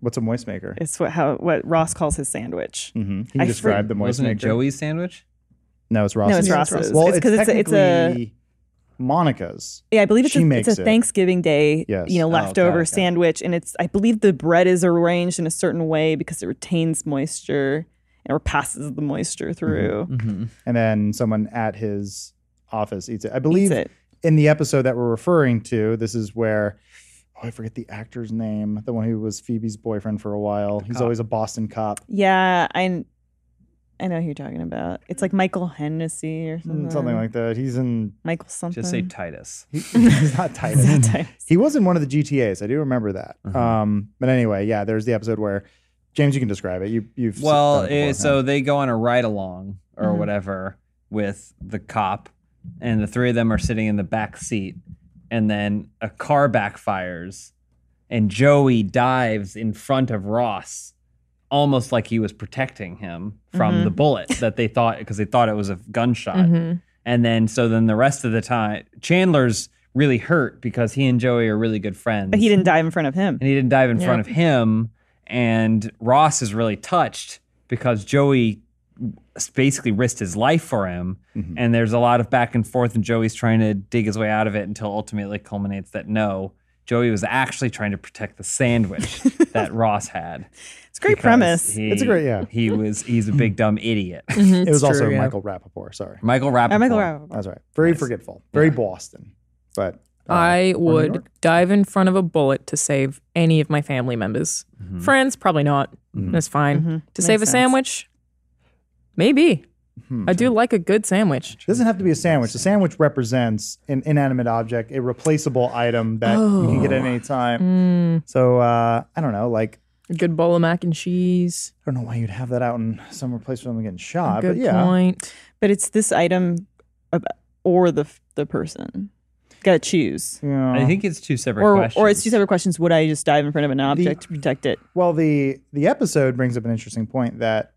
What's a moist maker? it's what how what Ross calls his sandwich. Mm. Mm-hmm. He I described the moist Wasn't it maker. Joey's sandwich? No, it's Ross's. No, it's Ross's. Ross's. Well, it's it's, because it's, a- it's a technically Monica's. yeah, I believe it's she a, makes it's a it. Thanksgiving Day, Yes. you know, Oh, okay, leftover okay. sandwich, and it's I believe the bread is arranged in a certain way because it retains moisture or passes the moisture through. Mm-hmm. And then someone at his office eats it. I believe Eats it. in the episode that we're referring to, this is where oh, I forget the actor's name, the one who was Phoebe's boyfriend for a while. He's cop. always a Boston cop. Yeah, I I know who you're talking about. It's like Michael Hennessy or something. Mm, Something like that. He's in. Michael something. Just say Titus. he- he's not Titus. Sometimes. He was in one of the GTA's. I do remember that. Mhm. Um, but anyway, yeah, there's the episode where James, you can describe it. You, you've s- Well, done it eh, before, so huh? they go on a ride along or Mhm. whatever with the cop, and the three of them are sitting in the back seat, and then a car backfires, and Joey dives in front of Ross, almost like he was protecting him from Mm-hmm. the bullet that they thought because they thought it was a gunshot. Mhm. And then so then the rest of the time, Chandler's really hurt because he and Joey are really good friends But he didn't dive in front of him. and he didn't dive in front of him. And Ross is really touched because Joey s- basically risked his life for him. Mhm. And there's a lot of back and forth, and Joey's trying to dig his way out of it until ultimately culminates that no, Joey was actually trying to protect the sandwich that Ross had. It's a great because premise. Mm-hmm. he- It's a great- yeah. He was he's a big dumb idiot. it was It's also true, yeah. Michael Rappaport. Sorry, Michael Rappaport. Uh, Michael Rappaport. that's right. Very forgetful. Very Boston. But uh, I New would York? dive in front of a bullet to save any of my family members. Friends, probably not. That's fine. To save a sense. sandwich, maybe. I do like a good sandwich. It doesn't have to be a sandwich. The sandwich represents an inanimate object, a replaceable item that you can get at any time. Oh. Hmm. So uh, I don't know, like A good bowl of mac and cheese. I don't know why you'd have that out in some place for someone getting shot, but Good yeah, point. But it's this item of- or the the person. Got to choose. Yeah. I think it's two separate Or questions. or it's two separate questions. Would I just dive in front of an object to protect it? Well, the the episode brings up an interesting point that,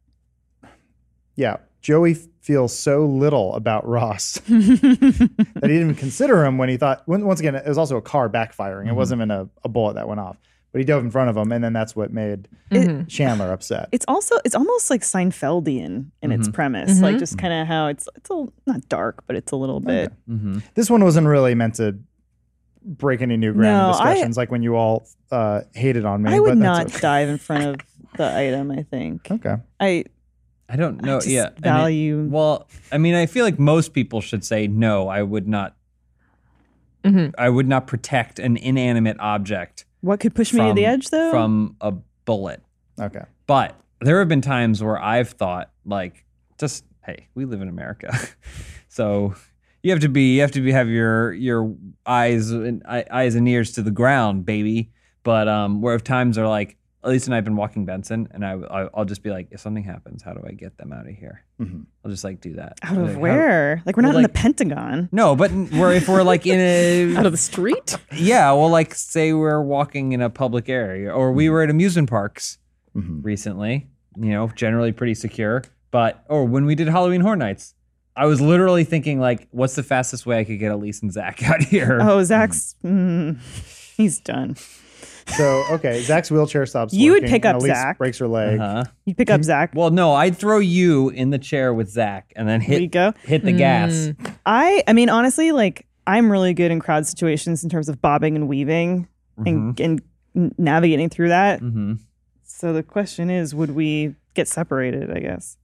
yeah, Joey f- feels so little about Ross that he didn't even consider him when he thought. When, once again, it was also a car backfiring. Mm-hmm. It wasn't even a, a bullet that went off, but he dove in front of him, and then that's what made Mm-hmm. Chandler upset. It's also it's almost like Seinfeldian in Mm-hmm. its premise, Mm-hmm. like just kind of how it's it's a, not dark, but it's a little bit. Mhm. this one wasn't really meant to break any new No, ground in I- discussions like when you all uh, hated on me. I would but not that's okay. dive in front of the item. I think Okay. I I don't know. just yeah, I mean- value- well, I mean, I feel like most people should say no. I would not. Mhm. Mm-hmm. I would not protect an inanimate object what could push me to the edge though. from a bullet. Okay. But there have been times where I've thought like, just hey, we live in America, so you have to be you have to be have your your eyes and eye- eyes and ears to the ground, baby. But um, where if times are like, at least and I've been walking Benson, and I, I I'll just be like, if something happens, how do I get them out of here? Mhm. I'll just like do that out Like, of how- where? Like we're not Well, in the like- Pentagon. no, but we're if we're like in a Out of the street? yeah, well, like say we're walking in a public area, or Mm. we were at amusement parks Mhm. recently. You know, generally pretty secure. But or when we did Halloween Horror Nights, I was literally thinking like, what's the fastest way I could get Elise and Zach out here? Oh, Zach's mm, he's done. So okay, Zach's wheelchair stops. You would working, pick and up Elise Zach. Breaks her leg. Uh-huh. You pick up Zach. Well, no, I'd throw you in the chair with Zach and then There you hit go. Mm. hit the gas. I I mean honestly, like I'm really good in crowd situations in terms of bobbing and weaving Mm-hmm. and and navigating through that. hmm So the question is, would we get separated? I guess.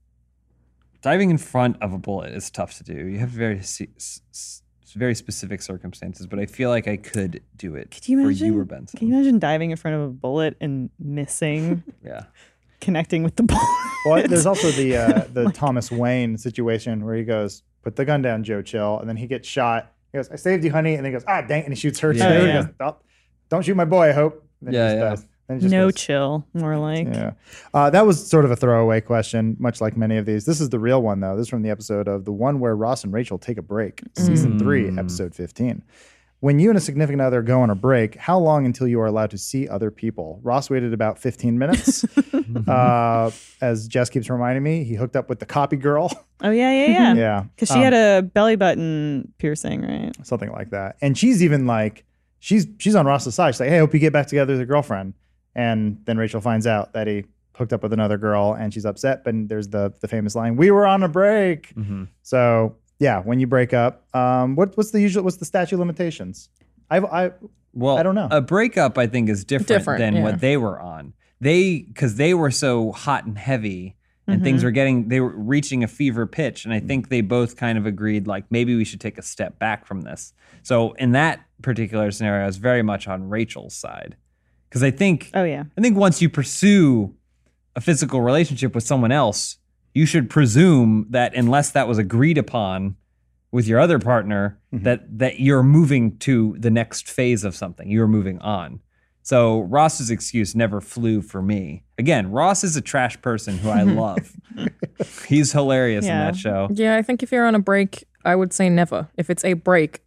Diving in front of a bullet is tough to do. You have very se- s- s- very specific circumstances, but I feel like I could do it. Could you For you imagine- or Benson? Can you imagine diving in front of a bullet and missing, yeah. connecting with the bullet? Well, there's also the uh, Oh the Thomas Wayne situation where he goes, "Put the gun down, Joe Chill," and then he gets shot. He goes, "I saved you, honey," and then he goes, "Ah, dang!" it," and he shoots her Yeah, too. He yeah. goes, "Oh, "Don't shoot my boy, I hope." Then Yeah, he yeah. just dies. Then he just no goes, chill, more like. yeah, uh, that was sort of a throwaway question, much like many of these. This is the real one though. This is from the episode of the one where Ross and Rachel take a break, Mm. season three, episode fifteen. When you and a significant other go on a break, how long until you are allowed to see other people? Ross waited about 15 minutes. uh, as Jess keeps reminding me, he hooked up with the copy girl. Oh yeah, yeah, yeah. yeah. Because she had a belly button piercing, right? Something like that. And she's even like, she's she's on Ross's side. She's like, hey, I hope you get back together with your girlfriend. And then Rachel finds out that he hooked up with another girl and she's upset. But there's the the famous line, we were on a break. Mhm. So yeah, when you break up, um, what what's the usual what's the statute of limitations? I've I Well, I don't know. A breakup, I think, is different, Different, than yeah. what they were on. They because they were so hot and heavy and things were getting they were reaching a fever pitch and i think they both kind of agreed like maybe we should take a step back from this so in that particular scenario i was very much on rachel's side because i think Oh yeah. I think once you pursue a physical relationship with someone else, you should presume that unless that was agreed upon with your other partner, that that you're moving to the next phase of something. You're moving on. So Ross's excuse never flew for me. Again, Ross is a trash person who I love. He's hilarious Yeah. in that show. Yeah, I think if you're on a break, I would say never. If it's a break,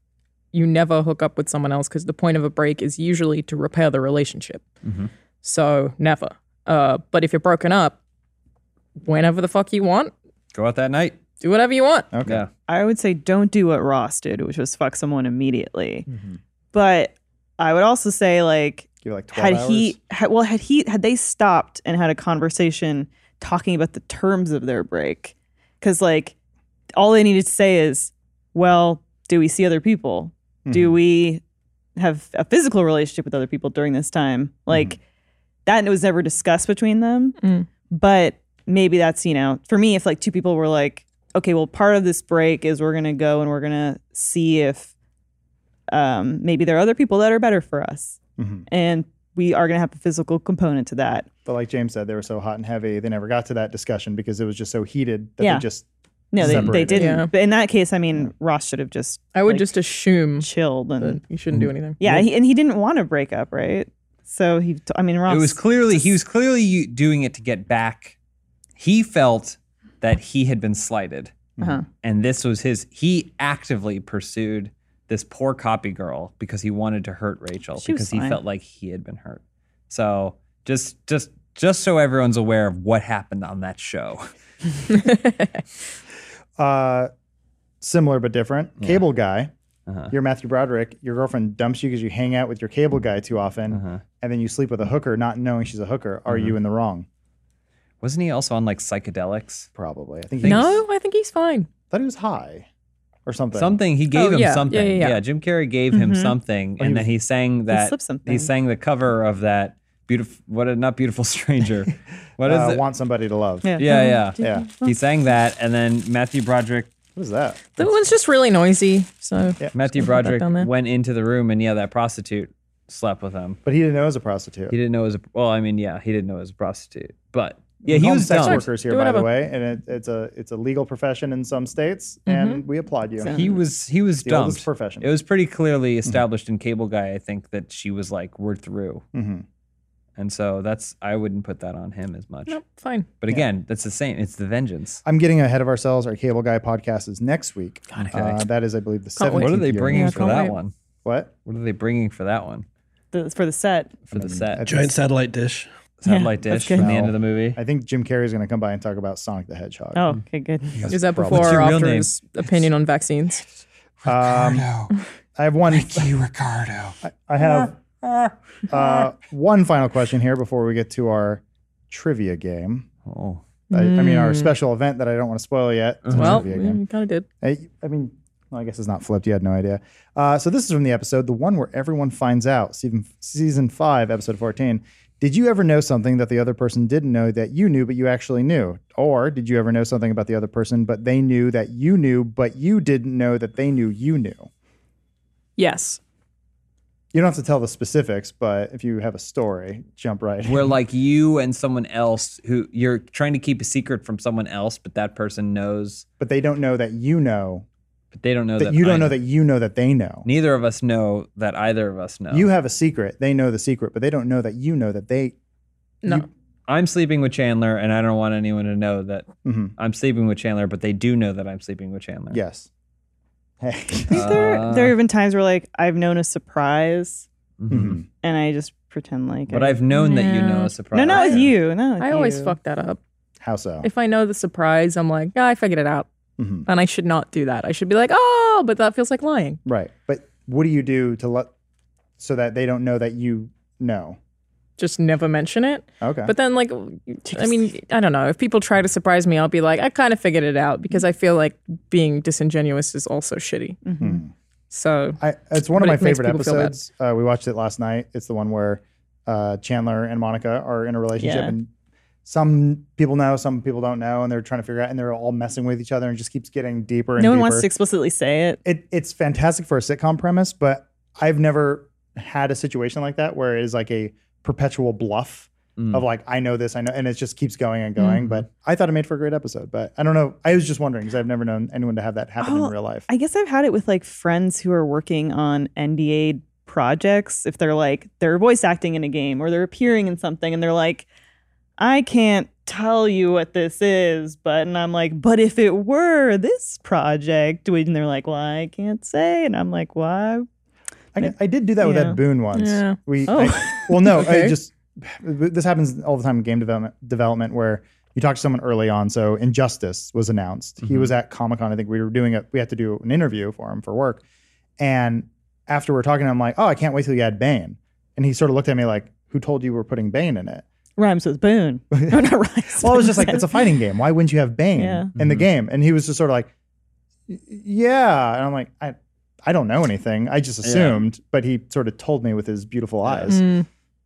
you never hook up with someone else because the point of a break is usually to repair the relationship. Mhm. So never. Uh, but if you're broken up, whenever the fuck you want, Go out that night. do whatever you want. Okay. Yeah. I would say don't do what Ross did, which was fuck someone immediately. But I would also say like Give it like 12 had hours. he had, well had he had they stopped and had a conversation talking about the terms of their break because like all they needed to say is well do we see other people Mm-hmm. do we have a physical relationship with other people during this time like that was never discussed between them Mm. but maybe that's you know for me if like two people were like okay well part of this break is we're gonna go and we're gonna see if um, maybe there are other people that are better for us Mhm. and we are going to have a physical component to that. But like James said, they were so hot and heavy, they never got to that discussion because it was just so heated that Yeah. they just No, they, they Separated. didn't. Yeah. But in that case, I mean, Ross should have just I would Like- just assume chilled that and you shouldn't do anything. yeah, He, and he didn't want to break up, right? So he, t- I mean, Ross. It was clearly he was clearly doing it to get back. He felt that he had been slighted, Uh-huh. and this was his. He actively pursued this poor copy girl because he wanted to hurt Rachel She was because he fine. felt like he had been hurt. So just just just so everyone's aware of what happened on that show. uh, similar but different. Cable guy. Uh-huh. You're Matthew Broderick. Your girlfriend dumps you because you hang out with your cable guy too often, Uh-huh. and then you sleep with a hooker, not knowing she's a hooker. Are Mm-hmm. you in the wrong? Wasn't he also on like psychedelics? Probably. I think. He was, No, I think he's fine. thought he was high, or something. Something he gave Oh, him yeah. Yeah, something. yeah, Mm-hmm. yeah. Jim Carrey gave him something, and then he sang that slipped something. he sang the cover of that beautiful what a not beautiful stranger. What is Uh, it? want somebody to love. Yeah. Yeah, yeah. Yeah. He sang that, and then Matthew Broderick. What is that? That one's just really noisy. So Matthew put that Broderick down there. went into the room, and yeah, that prostitute slept with him. But he didn't know it was a prostitute. He didn't know it was a, well. I mean, yeah, he didn't know it was a prostitute, but yeah, We he call them was sex dumb. workers here, Do by the whatever. way, and it, it's a it's a legal profession in some states, Mm-hmm. and we applaud you. He was he was Mm. the oldest dumped. profession. Mm-hmm. It was pretty clearly established in Cable Guy, I think, that she was like we're through, Mhm. and so that's I wouldn't put that on him as much. nope, fine. But again, that's the same. It's the vengeance. I'm getting ahead of ourselves. Our cable guy podcast is next week. Okay. Uh, that is, I believe, the Can't seventeenth. What wait. are they bringing Yeah, for can't that wait. one? What? What are they bringing for that one? The- for the set. For the set Giant satellite dish. satellite that's dish from good. the end of the movie. I think Jim Carrey's going to come by and talk about Sonic the Hedgehog. Oh, okay, good. Is that Probably. before What's or your real after name? his opinion on vaccines? Um, Ricardo. I have one. Key Ricardo. I have uh, one final question here before we get to our trivia game. Oh, I, I mean, our special event that I don't want to spoil yet. It's a Well, trivia game. we kind of did. I, I mean, well, I guess it's not flipped. You had no idea. Uh, so this is from the episode, the one where everyone finds out, season season five, episode fourteen. Did you ever know something that the other person didn't know that you knew but you actually knew? Or did you ever know something about the other person but they knew that you knew but you didn't know that they knew you knew? Yes. You don't have to tell the specifics, but if you have a story, jump right. in. where like you and someone else who you're trying to keep a secret from someone else, but that person knows, But they don't know that you know but they don't know that, that, you I don't know that you know that they know. Neither of us know that either of us know. You have a secret. They know the secret, but they don't know that you know that they. No. I'm sleeping with Chandler, and I don't want anyone to know that Mhm. I'm sleeping with Chandler, but they do know that I'm sleeping with Chandler. Yes. Hey. I think there, there have been times where like I've known a surprise Mm-hmm. Mhm. and I just pretend like. But I, I've known that you Yeah. know a surprise. no, not with you. No, with I always you. fuck that up. How so? If I know the surprise, I'm like, ah, I figured it out. Mhm. And I should not do that. I should be like, oh, but that feels like lying. Right. But what do you do to let so that they don't know that you know? Just never mention it. Okay. But then, like, I mean, I don't know. If people try to surprise me, I'll be like, I kind of figured it out because I feel like being disingenuous is also shitty. So, I, it's one of but my it makes favorite people feel bad. episodes. Uh, we watched it last night. It's the one where uh, Chandler and Monica are in a relationship Yeah. and some people know, some people don't know, and they're trying to figure out, and they're all messing with each other, and it just keeps getting deeper and No one deeper. wants to explicitly say it. It, it's fantastic for a sitcom premise, but I've never had a situation like that where it is like a perpetual bluff Hmm. Mm. of like I know this, I know, and it just keeps going and going. But I thought it made for a great episode, but I don't know. I was just wondering because I've never known anyone to have that happen Oh, in real life. I guess I've had it with like friends who are working on NDA projects. If they're like, they're voice acting in a game or they're appearing in something and they're like, I can't tell you what this is, but, and I'm like, but if it were this project, would- and they're like, well, I can't say. And I'm like, why? I, gu- I did do that with Yeah. Ed Boone once. Yeah. We, Oh. I- well, no, I Okay. just this happens all the time in game development development where you talk to someone early on. So Injustice was announced. He Mhm. Mm-hmm. was at Comic Con. I think we were doing a we had to do an interview for him for work, and after we are talking, I'm like, oh, I can't wait till you add Bane, and he sort of looked at me like, who told you we're putting Bane in it? Rhymes with Boone. no, not rhymes. Well, it was with just like Boone. it's a fighting game. Why wouldn't you have Bane Yeah. in the Mhm. game? And he was just sort of like, "Y- yeah. And I'm like, I, I don't know anything. I just assumed. But he sort of told me with his beautiful Mm-hmm. eyes. Mm.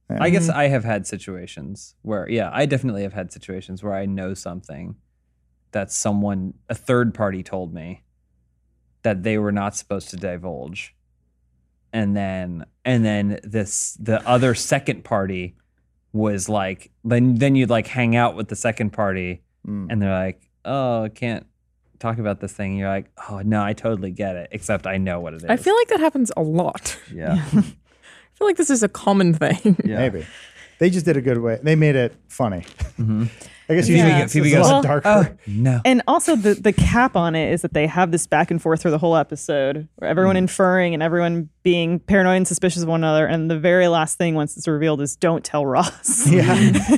Yeah. I guess I have had situations where, yeah, I definitely have had situations where I know something that someone, a third party, told me that they were not supposed to divulge, and then and then this the other second party was like, then then you'd like hang out with the second party, Mm. and they're like, oh, I can't talk about this thing. You're like, oh no, I totally get it, except I know what it is. I feel like that happens a lot. yeah, I feel like this is a common thing. yeah. Maybe they just did a good way. They made it funny. Mhm. I guess Phoebe usually get- it's- Phoebe it's a goes, lot "Oh, darker. Oh no. And also the the cap on it is that they have this back and forth for the whole episode, where Mm. everyone inferring and everyone being paranoid and suspicious of one another. And the very last thing once it's revealed is don't tell Ross. Yeah,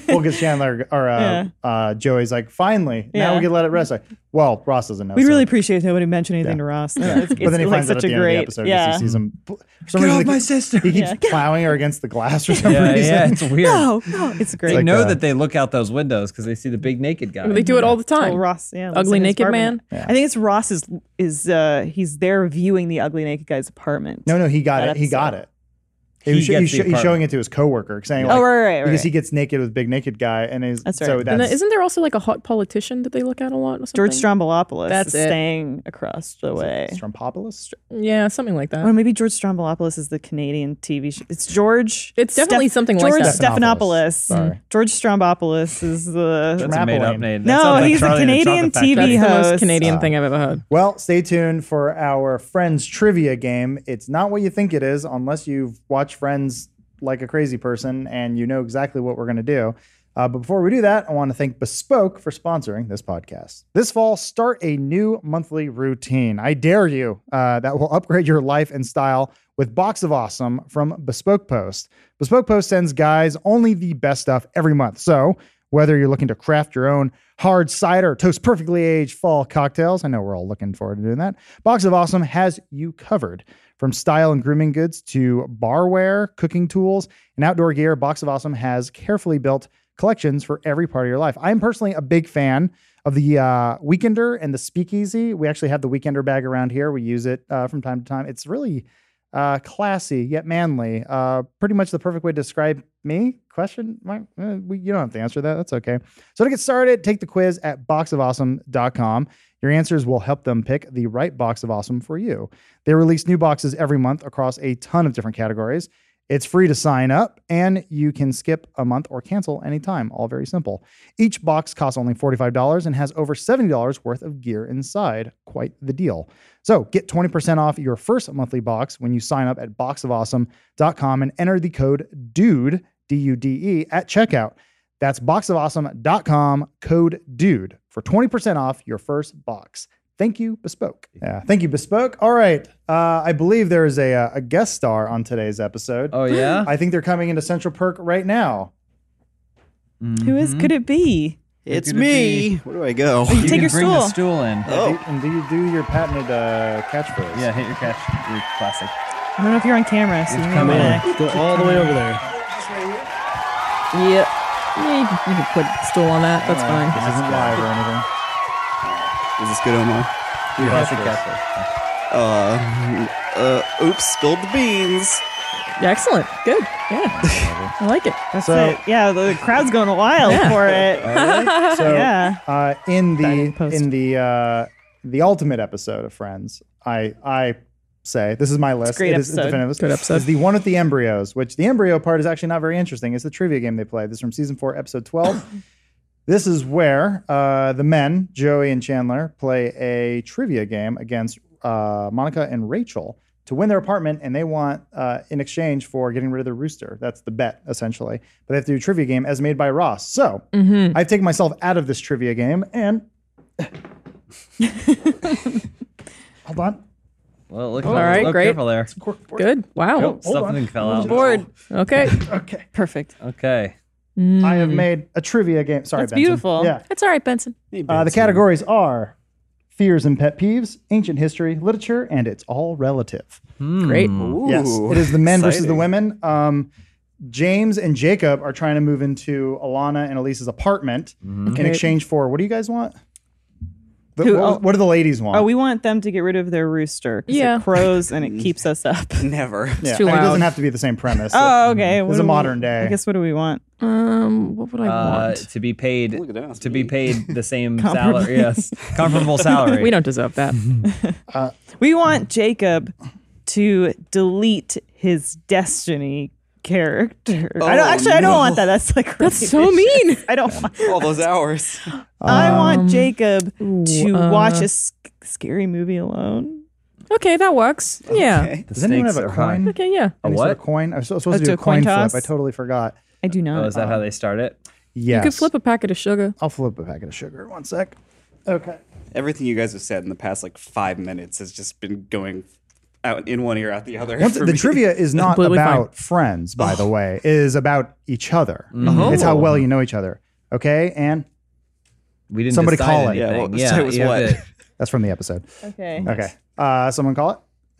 well, because Chandler or uh, Yeah. uh, Joey's like, finally, now Yeah. we can let it rest. Like, well, Ross doesn't know. We'd so- really appreciate if nobody mentioned anything Yeah. to Ross. No, it's, but then he it's like finds out at such the end a of the great, episode because yeah. he sees him. For some Get reason, off the- my sister. he keeps Yeah. plowing her against the glass or some Yeah, reason. yeah, it's weird. no, no, Oh, it's great. They like know a- that they look out those windows because they see the big naked guy. They do it all the Oh, time. Ross, yeah, lives Ugly in his Naked apartment. Man? Yeah. I think it's Ross is is uh he's there viewing the ugly naked guy's apartment. No, no, he got it. That He got episode. it. He He was, sho- gets he's, the sho- he's apartment. showing it to his coworker, saying, like, oh right, right, right. because he gets naked with big naked guy, and he's That's so right. that's and then, isn't there also like a hot politician that they look at a lot? Or George something? Strombolopoulos That's is it. staying across the way. Strompopoulos. Yeah, something like that. Or maybe George Strombolopoulos is the Canadian TV show. It's George. It's definitely something like George that. Stephanopoulos. Stephanopoulos. Sorry. George Strombolopoulos is the. That's a made up Trampoline. name. That No, sounds like he's a Charlie and the Canadian Chocolate Factory. That's TV the host. most Canadian Ah. thing I've ever heard. Well, stay tuned for our Friends trivia game. It's not what you think it is, unless you've watched Friends like a crazy person and you know exactly what we're going to do. Uh, but before we do that, I want to thank Bespoke for sponsoring this podcast. This fall, start a new monthly routine. I dare you. Uh, that will upgrade your life and style with Box of Awesome from Bespoke Post. Bespoke Post sends guys only the best stuff every month. So, whether you're looking to craft your own hard cider, toast perfectly aged fall cocktails, I know we're all looking forward to doing that. Box of Awesome has you covered. From style and grooming goods to barware, cooking tools, and outdoor gear, Box of Awesome has carefully built collections for every part of your life. I'm personally a big fan of the uh, Weekender and the Speakeasy. We actually have the Weekender bag around here. We use it uh, from time to time. It's really uh, classy yet manly. Uh, pretty much the perfect way to describe me. Question? mark? Uh, we, you don't have to answer that. That's okay. So to get started, take the quiz at boxofawesome.com. Your answers will help them pick the right box of awesome for you. They release new boxes every month across a ton of different categories. It's free to sign up, and you can skip a month or cancel anytime. All very simple. Each box costs only $45 and has over $70 worth of gear inside. Quite the deal. So get 20% off your first monthly box when you sign up at boxofawesome.com and enter the code DUDE, D U D E, at checkout. That's boxofawesome.com, code DUDE for 20% off your first box. Thank you, Bespoke. Yeah, thank you, Bespoke. All right. Uh, I believe there is a, uh, a guest star on today's episode. Oh yeah. I think they're coming into Central Perk right now. Mm-hmm. Who is? Could it be? It's Who could it me. Where do I go? You take can your bring the stool. stool in. Oh. And do you do your patented uh, catchphrase? Yeah, hit your catch. Your classic. I don't know if you're on camera, so you come might in. wanna- Go all the way over there. Yep. Yeah, you can, you can put stool on that. That's fine. This isn't live or anything. Is this good, Omar? Your classic catchphrase. catchphrase. Uh, uh, oops, spilled the beans. Yeah, excellent. Good. Yeah. I like it. That's So- it. Yeah, the crowd's going wild for it. So Yeah. uh, in the Dining post. in the uh, the ultimate episode of Friends, I I say this is my list. great it is episode. definitive. Good episode. Is the one with the embryos, which the embryo part is actually not very interesting. It's the trivia game they play. This is from season four, episode twelve. this is where uh, the men, Joey and Chandler, play a trivia game against uh, Monica and Rachel. To win their apartment, and they want uh, in exchange for getting rid of the rooster. That's the bet, essentially. But they have to do a trivia game as made by Ross. So Mm-hmm. I've taken myself out of this trivia game and hold on. Well, look, All right, look great. Careful there. Some corkboard. Good. Wow. Oh, hold on. something fell out. Bored. Okay. Okay. Perfect. Okay. I have made a trivia game. Sorry, Hmm. That's Benson. beautiful. Yeah. That's all right, Benson. Uh, the categories are fears and pet peeves, ancient history, literature, and it's all relative. Great. Yes, Ooh. it is the men versus the Exciting. women. Um, James and Jacob are trying to move into Alana and Elise's apartment in Mm-hmm. Okay. exchange for what do you guys want? The- Who- what, oh. what do the ladies want? Oh, we want them to get rid of their rooster. 'cause Yeah. It crows and it keeps us up. Never. yeah. too and it loud. doesn't have to be the same premise. Oh, okay. What is do a we- modern day. I guess what do we want? Um, what would I Uh, want? to be paid. Look at us, To be me. paid the same Comparable. salary. Yes. Comparable salary. We don't deserve that. We want Jacob to delete his destiny character. I don't Oh, actually I don't no. want that. That's like That's so really vicious. mean. Um, I don't want All those hours. I want Jacob to uh, watch a sc- scary movie alone. Okay, that works. Yeah. Okay. The Does anyone stakes have a are high. coin? Okay, yeah. A Any sort of what? coin? I was supposed to do to a a coin coin flip. toss? I totally forgot. I do not. Oh, is that Uh, how they start it? Yes. You could flip a packet of sugar. I'll flip a packet of sugar. One sec. Okay. Everything you guys have said in the past like five minutes has just been going out in one ear, out the other. Once, for the me. trivia is not Completely about friends, by the way. It is about each other. Mm-hmm. It's Oh. how well you know each other. Okay, and We didn't Somebody decide call it. anything. Yeah, Yeah, well, so it was you have what? to- that's from the episode. okay. Okay. Uh, someone call it.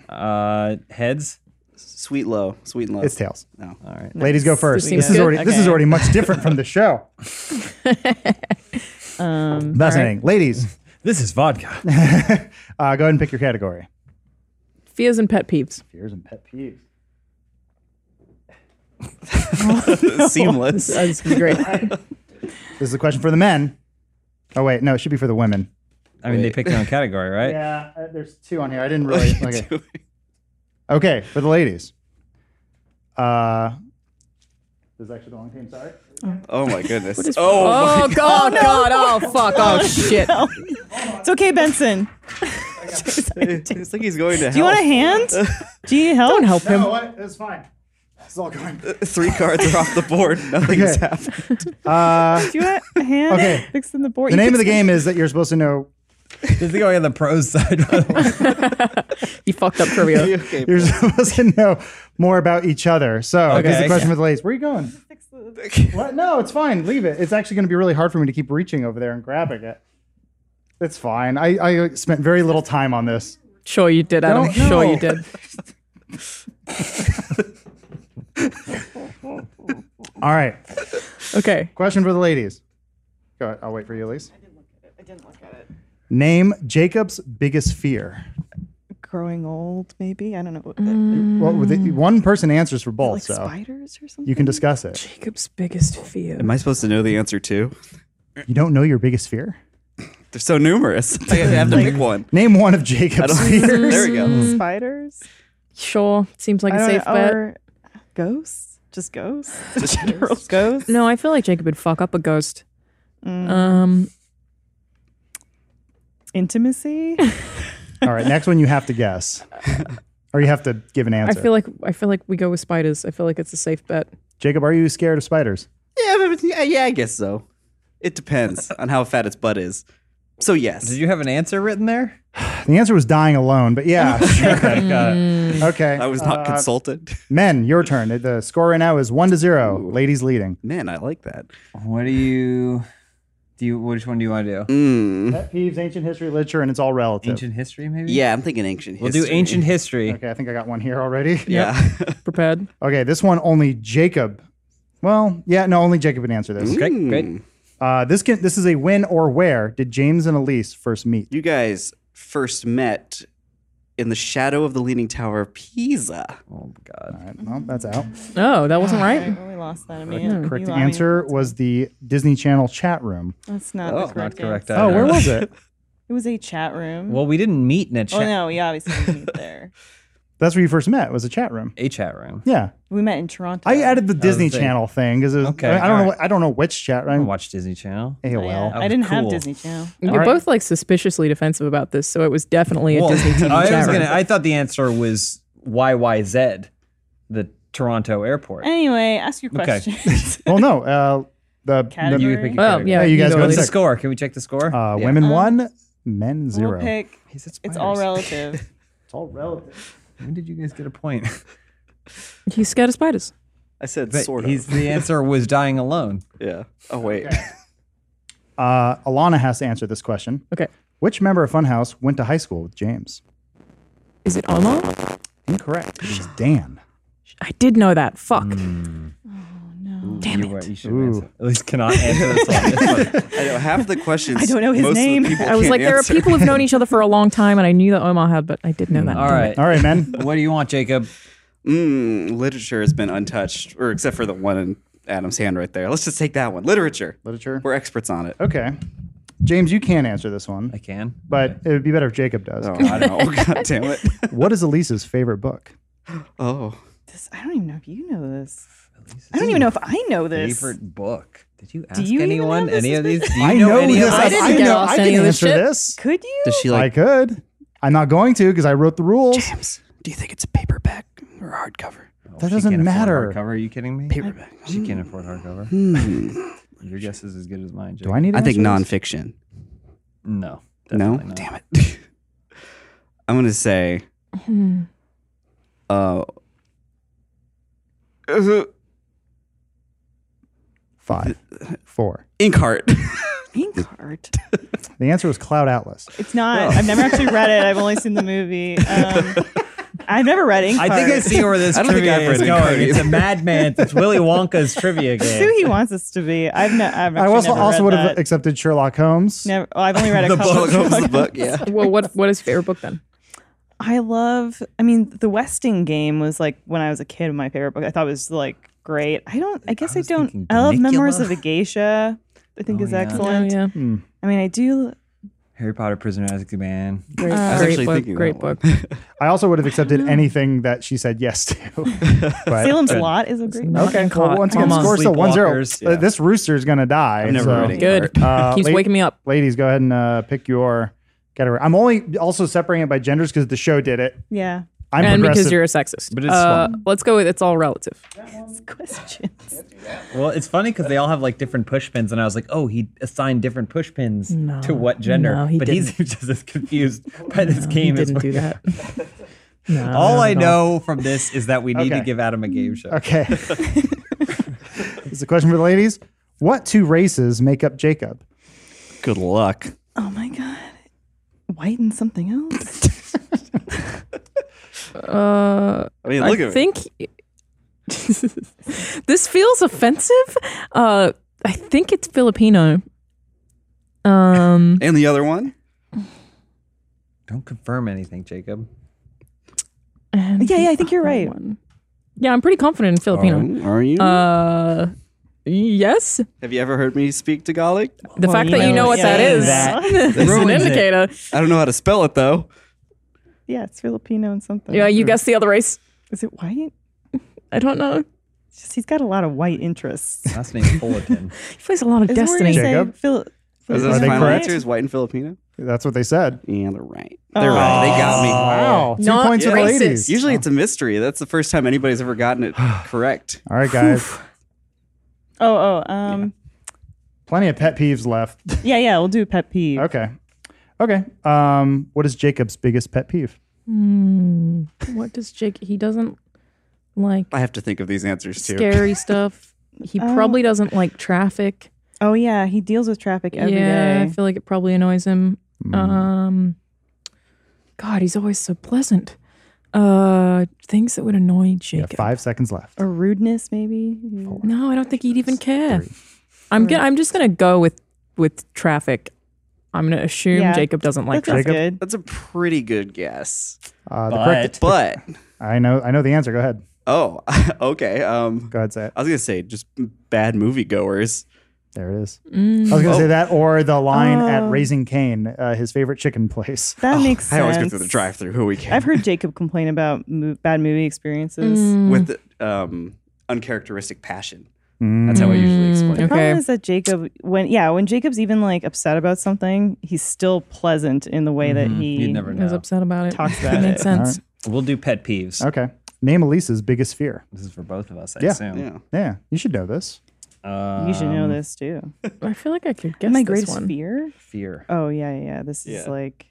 uh, heads. Sweet low, sweet and low. It's tails. No. All right. Ladies go first. This This seems is good. already this is Okay. already much different from the show. Um Fascinating. Ladies, This is vodka. uh, go ahead and pick your category. Fears and pet peeves. Fears and pet peeves. Seamless. That's great. This is a question for the men. Oh wait, no, it should be for the women. I mean, they Wait. picked their own category, right? Yeah, uh, there's two on here. I didn't really. Okay. Okay, for the ladies. Uh, this is actually the wrong team. Sorry. Oh my goodness. Oh, Oh, my God, God. Oh, fuck. Oh, shit. It's okay, Benson. God. It's like he's going to Do you want a hand? Do you need help? Don't help him. No, what? It's fine. It's all going. Three cards are off the board. Nothing has Okay. happened. Uh, Do you want a hand? Okay. Fixing the board. the You name can of the see- game is that you're supposed to know. This is going on the pros side. By the way. You fucked up trivia. Okay. You're supposed to know more about each other. So this is Okay. the question for the ladies. Where are you going? What? No, it's fine. Leave it. It's actually going to be really hard for me to keep reaching over there and grabbing it. It's fine. I, I spent very little time on this. Sure you did, Adam. Don't- no. Sure you did. All right. Okay. Question for the ladies. Go ahead. I'll wait for you, Elise. I didn't look at it. I didn't look at it. Name Jacob's biggest fear. Growing old, maybe. I don't know. What, Mm. Well, with it- one person answers for both, like so spiders or something. you can discuss it. Jacob's biggest fear. Am I supposed to know the answer too? You don't know your biggest fear? They're so numerous. I have to pick one. Name one of Jacob's fears. There we go. Mm. spiders. Sure. Seems like I a don't safe know, bet. or ghosts. Just ghosts. Literal ghosts. No, I feel like Jacob would fuck up a ghost. Um, Intimacy. All right, next one you have to guess, or you have to give an I answer. feel like I feel like we go with spiders. I feel like it's a safe bet. Jacob, are you scared of spiders? Yeah, but it's- yeah, yeah, I guess so. It depends on how fat its butt is. So yes. Did you have an answer written there? The answer was dying alone, but yeah, sure. Mm. Okay, I was not uh, consulted. Men, your turn. The score right now is one to zero. Ladies leading. Man, I like that. What do you do? You, which one do you want to do? Mm. Pet peeves, ancient history, literature, and it's all relative. Ancient history, maybe. Yeah, I'm thinking ancient We'll history. do ancient history. Okay, I think I got one here already. Yeah. Prepared. Okay, this one only Jacob. Well, yeah, no, only Jacob would answer this. Great, great. Mm. Uh, this can this is a when or where did James and Elise first meet? You guys first met in the shadow of the Leaning Tower of Pisa. Oh All God. right, well, that's out. No, Oh, that wasn't right. well, we lost that. I Correct- mean, you correct lost me. answer was the Disney Channel chat room. That's not Oh, the correct. not correct. answer. I Oh, where know. was it? It was a chat room. Well, we didn't meet in a oh chat. no, we obviously didn't meet there. That's where you first met. Was a chat room. A chat room. Yeah, We met in Toronto. I added the Disney thing. Channel thing because Okay, I, I don't know. all what- I don't know which chat I don't Oh, room. watch Disney Channel. AOL. Yeah, That I was didn't cool. have Disney Channel. You're right. both like suspiciously defensive about this, so it was definitely Well, a Disney TV I was chat room. gonna. I thought the answer was YYZ, the Toronto airport. Anyway, ask your Okay. question. well, no. Uh, the, the Category. You pick your Oh, category. yeah. Hey, you guys either go way. What's to the sec- score? Can we check the score? uh, Yeah. women Um, one, men zero. We'll pick. He's at It's all Spiders. relative. It's all relative. When did you guys get a point? He's scared of spiders. I said But sort of. he's, the answer was dying alone. yeah. Oh wait. Uh, Alana has to answer this question. Okay. Which member of Funhouse went to high school with James? Is it Omar? Incorrect. It was Dan. I did know that. Fuck. Hmm. Damn you, it. You should Ooh. answer. At least cannot answer this one. It's fine. I know half the questions. I don't know his most of the name. people I was can't like, there are answer. people who've known each other for a long time, and I knew that Omar had, but I did know that. All right. All right, men. What do you want, Jacob? Mm, literature has been untouched, or except for the one in Adam's hand right there. Let's just take that one. Literature. Literature. We're experts on it. Okay. James, you can answer this one, I can. but it would be better if Jacob does. Oh, I don't know. God damn it. What is Elise's favorite book? Oh, This, I don't even know if you know this. I don't even know if I know this. Favorite book? Did you ask you even anyone know this any is of these? Do you I know, any of this. I these? didn't get know, lost I any can of this answer shit. this. Could you? does she I like? could. I'm not going to because I wrote the rules. James, do you think it's a paperback or hardcover? Oh, That she doesn't can't afford matter. Hardcover? Are you kidding me? Paperback. She can't afford hardcover. Hmm. Your guess is as good as mine. Do I need? to I Hmm. think answer this? nonfiction. No. No, definitely not. damn it. I'm gonna say. Hmm. Uh, uh, Five, four. Inkheart. Inkheart. The answer was Cloud Atlas. It's not. I've never actually read it. I've only seen the movie. Um, I've never read Inkheart. I think I see where this I don't think trivia I've is read going. Inkheart It's a either. madman. It's Willy Wonka's trivia It's who game. he wants us to be. I've, no, I've actually I also never also read would that. have accepted Sherlock Holmes. Never, oh, I've only read a The couple. Sherlock Holmes' book. Yeah. Well, what what is your favorite book then? I love. I mean, the Westing game was like when I was a kid. My favorite book. I thought it was like great. I don't. I guess I, was don't. thinking I love Memoirs Temecula. of a Geisha. I think Oh, is yeah. excellent. yeah. I mean, I do. Harry Potter, Prisoner of Azkaban. Great, great was actually book. thinking Great that book. one. I also would have accepted anything that she said yes to. but, Salem's Lot is a great. book. okay, well, Caught. once again, Come on. score still one zero. Uh, Sleepwalkers, yeah. this rooster's gonna die. I've never so- read it. Good. Uh, Keeps late- waking me up. Ladies, go ahead and uh, pick your category. I'm only also separating it by genders because the show did it. Yeah. I'm and progressive. because you're a sexist. But it's uh, let's go with it's all relative. Questions. Well, it's funny because they all have like different push pins, and I was like, oh, he assigned different push pins No, to what gender. no, he but he's just as confused by this He game as didn't we do are. that. No, All not I at know from this is that we need to Okay. give Adam a game show. okay. this is a question for the ladies. What two races make up Jacob? Good luck. Oh my god. White and something else. Uh, I mean, look I at think this feels offensive. Uh, I think it's Filipino. Um, it. And the other one. Don't confirm anything, Jacob. and Yeah, yeah, I the think you're other right. one. Yeah, I'm pretty confident in Filipino. Oh, are you? Uh, yes. Have you ever heard me speak Tagalog? The fact that you know what that is that is an ruins it. indicator. I don't know how to spell it though. yeah, it's Filipino and something. Yeah, you guess the other race. Is it white? I don't know. It's just he's got a lot of white interests. Last name's Fullerton. He plays a lot of Is that where Destiny. you say Jacob? Phil- Is Are this they final correct? answer? Is white and Filipino? That's what they said. Yeah, they're right. They're right. They got me. Wow. Two Not points for the racist. ladies. Usually it's a mystery. That's the first time anybody's ever gotten it correct. All right, guys. Oh, oh, um, Plenty of pet peeves left. yeah. yeah, we'll do pet peeve. okay. Okay. Um, what is Jacob's biggest pet peeve? Hmm. What does Jake? He doesn't like I have to think of these answers too. scary stuff. He Oh. probably doesn't like traffic. Oh yeah, he deals with traffic every day. yeah, I feel like it probably annoys him. Mm. Um, God, he's always so pleasant. Uh, things that would annoy You Jacob. have five seconds left. A rudeness, maybe. No, I don't think he'd even care. I'm gonna, I'm just gonna go with with traffic. I'm going to assume Yeah. Jacob doesn't like That that. Jacob? sounds good. That's a pretty good guess. Uh, the But- correct, But I know, I know the answer. Go ahead. oh, okay. Um, Go ahead, say it. I was gonna say just bad moviegoers. There it is. Mm. I was gonna Oh. say that, or the line at Oh. Raising Cain, uh, his favorite chicken place. That Oh, makes sense. I always go through the drive-through. Who we can? I've heard Jacob complain about mo- bad movie experiences. Mm. with um, uncharacteristic passion. Mm. That's how I usually Mm, explain The it. okay. problem is that Jacob, when yeah, when Jacob's even like upset about something, he's still pleasant in the way that Mhm. he. You'd never I was know. upset about Mm. it. Talks about Makes it. sense. We'll do pet peeves. Okay. Name Elisa's biggest fear. This is for both of us, I Uh, Yeah. assume. Yeah. Yeah, you should know this. Um, You should know this too. I feel like I could guess My this greatest one. fear. Fear. Oh yeah, yeah. This is Yeah. like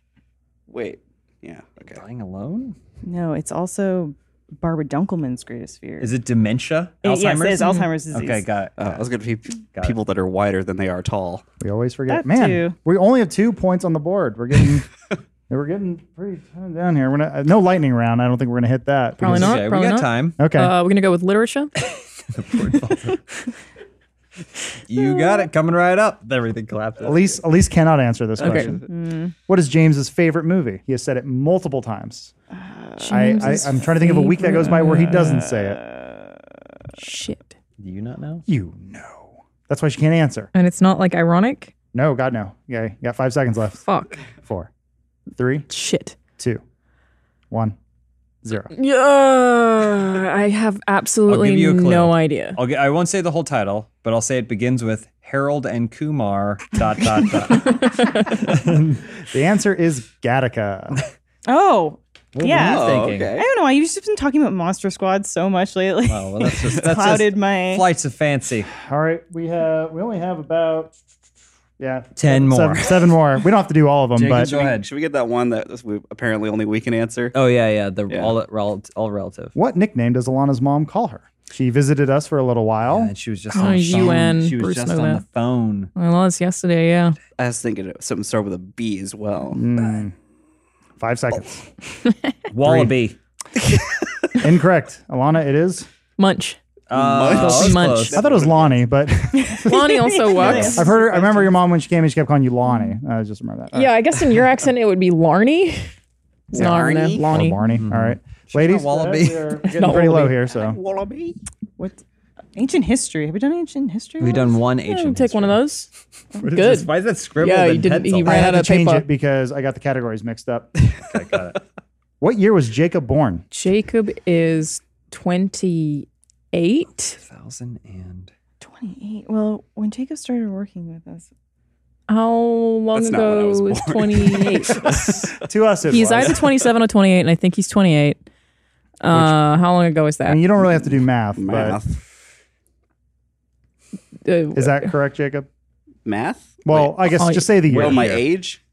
Wait. Yeah. Okay. Dying alone? no. It's also Barbara Dunkelman's greatest fear. Is it dementia? It- Alzheimer's? Yes, it is Alzheimer's disease. Okay, got it. Uh, I was gonna be Got it. people that are wider than they are tall. We always forget. That Man, too. we only have two points on the board. We're getting we're getting pretty toned down here. We're not, uh, no lightning round. I don't think we're gonna hit that. Oh. Probably because- not. okay, we got not. time. Okay. Uh, we're going to go with literature. You got it. Coming right up. Everything collapsed. Elise, Elise cannot answer this question. Mm. What is James's favorite movie? He has said it multiple times. I, I, James's I'm trying to think of a week that goes by where he doesn't say it. uh, Shit. Do you not know? You know. That's why she can't answer. And it's not like ironic. No, God, no. Yeah, you got five seconds left. Fuck. Four, three, Shit. two, one, zero. Yeah, I have absolutely you a clue. no idea. I'll get, I won't say the whole title, but I'll say it begins with Harold and Kumar dot dot dot. The answer is Gattaca. Oh yeah. were you Oh, thinking? I okay. don't know why you've just been talking about Monster Squad so much lately. Oh, well, that's just that's Clouded just my. flights of fancy. All right, we have we only have about yeah Ten more. seven, seven more. We don't have to do all of them, Jacob, but go ahead. Should we get that one that we apparently only we can answer? Oh yeah, yeah. The Yeah. all all all relative. what nickname does Alana's mom call her? She visited us for a little while. And she was just Oh, on the you phone. and She was Bruce just know on that. the phone. I lost yesterday, yeah. I was thinking of something start with a B as well. Mm. Five seconds. Wallaby. Incorrect. Alana, it is. Munch. Uh, Munch. that was Munch. close. I thought it was Lonnie, but Lonnie also works. I've heard her. I remember your mom when she came and she kept calling you Lonnie. I just remember that. All Yeah, right. I guess in your accent it would be Larnie. Larnie. Or Lonnie. Mm-hmm. Barney. All right. Ladies, Wallaby. we are getting Not pretty low Wallaby. here, so. Wallaby. What? Ancient history. Have we done ancient history? We've done one Yeah, ancient. take one of history. those. What is Good. this? Why is that scribbled Yeah, you in didn't- he pencil? I ran had out to of change paper. it because I got the categories mixed up. Okay, got it. What year was Jacob born? Jacob is 28. Thousand and 28. Well, when Jacob started working with us, How long That's not when I ago was was born. 28? To us, it he's was. either 27 or 28, and I think he's 28. Uh, how long ago is I that? mean, you don't really have to do math, but Math. Uh, is that correct, Jacob? Math. Well, I guess Oh, just say the Wait, year. well, my age.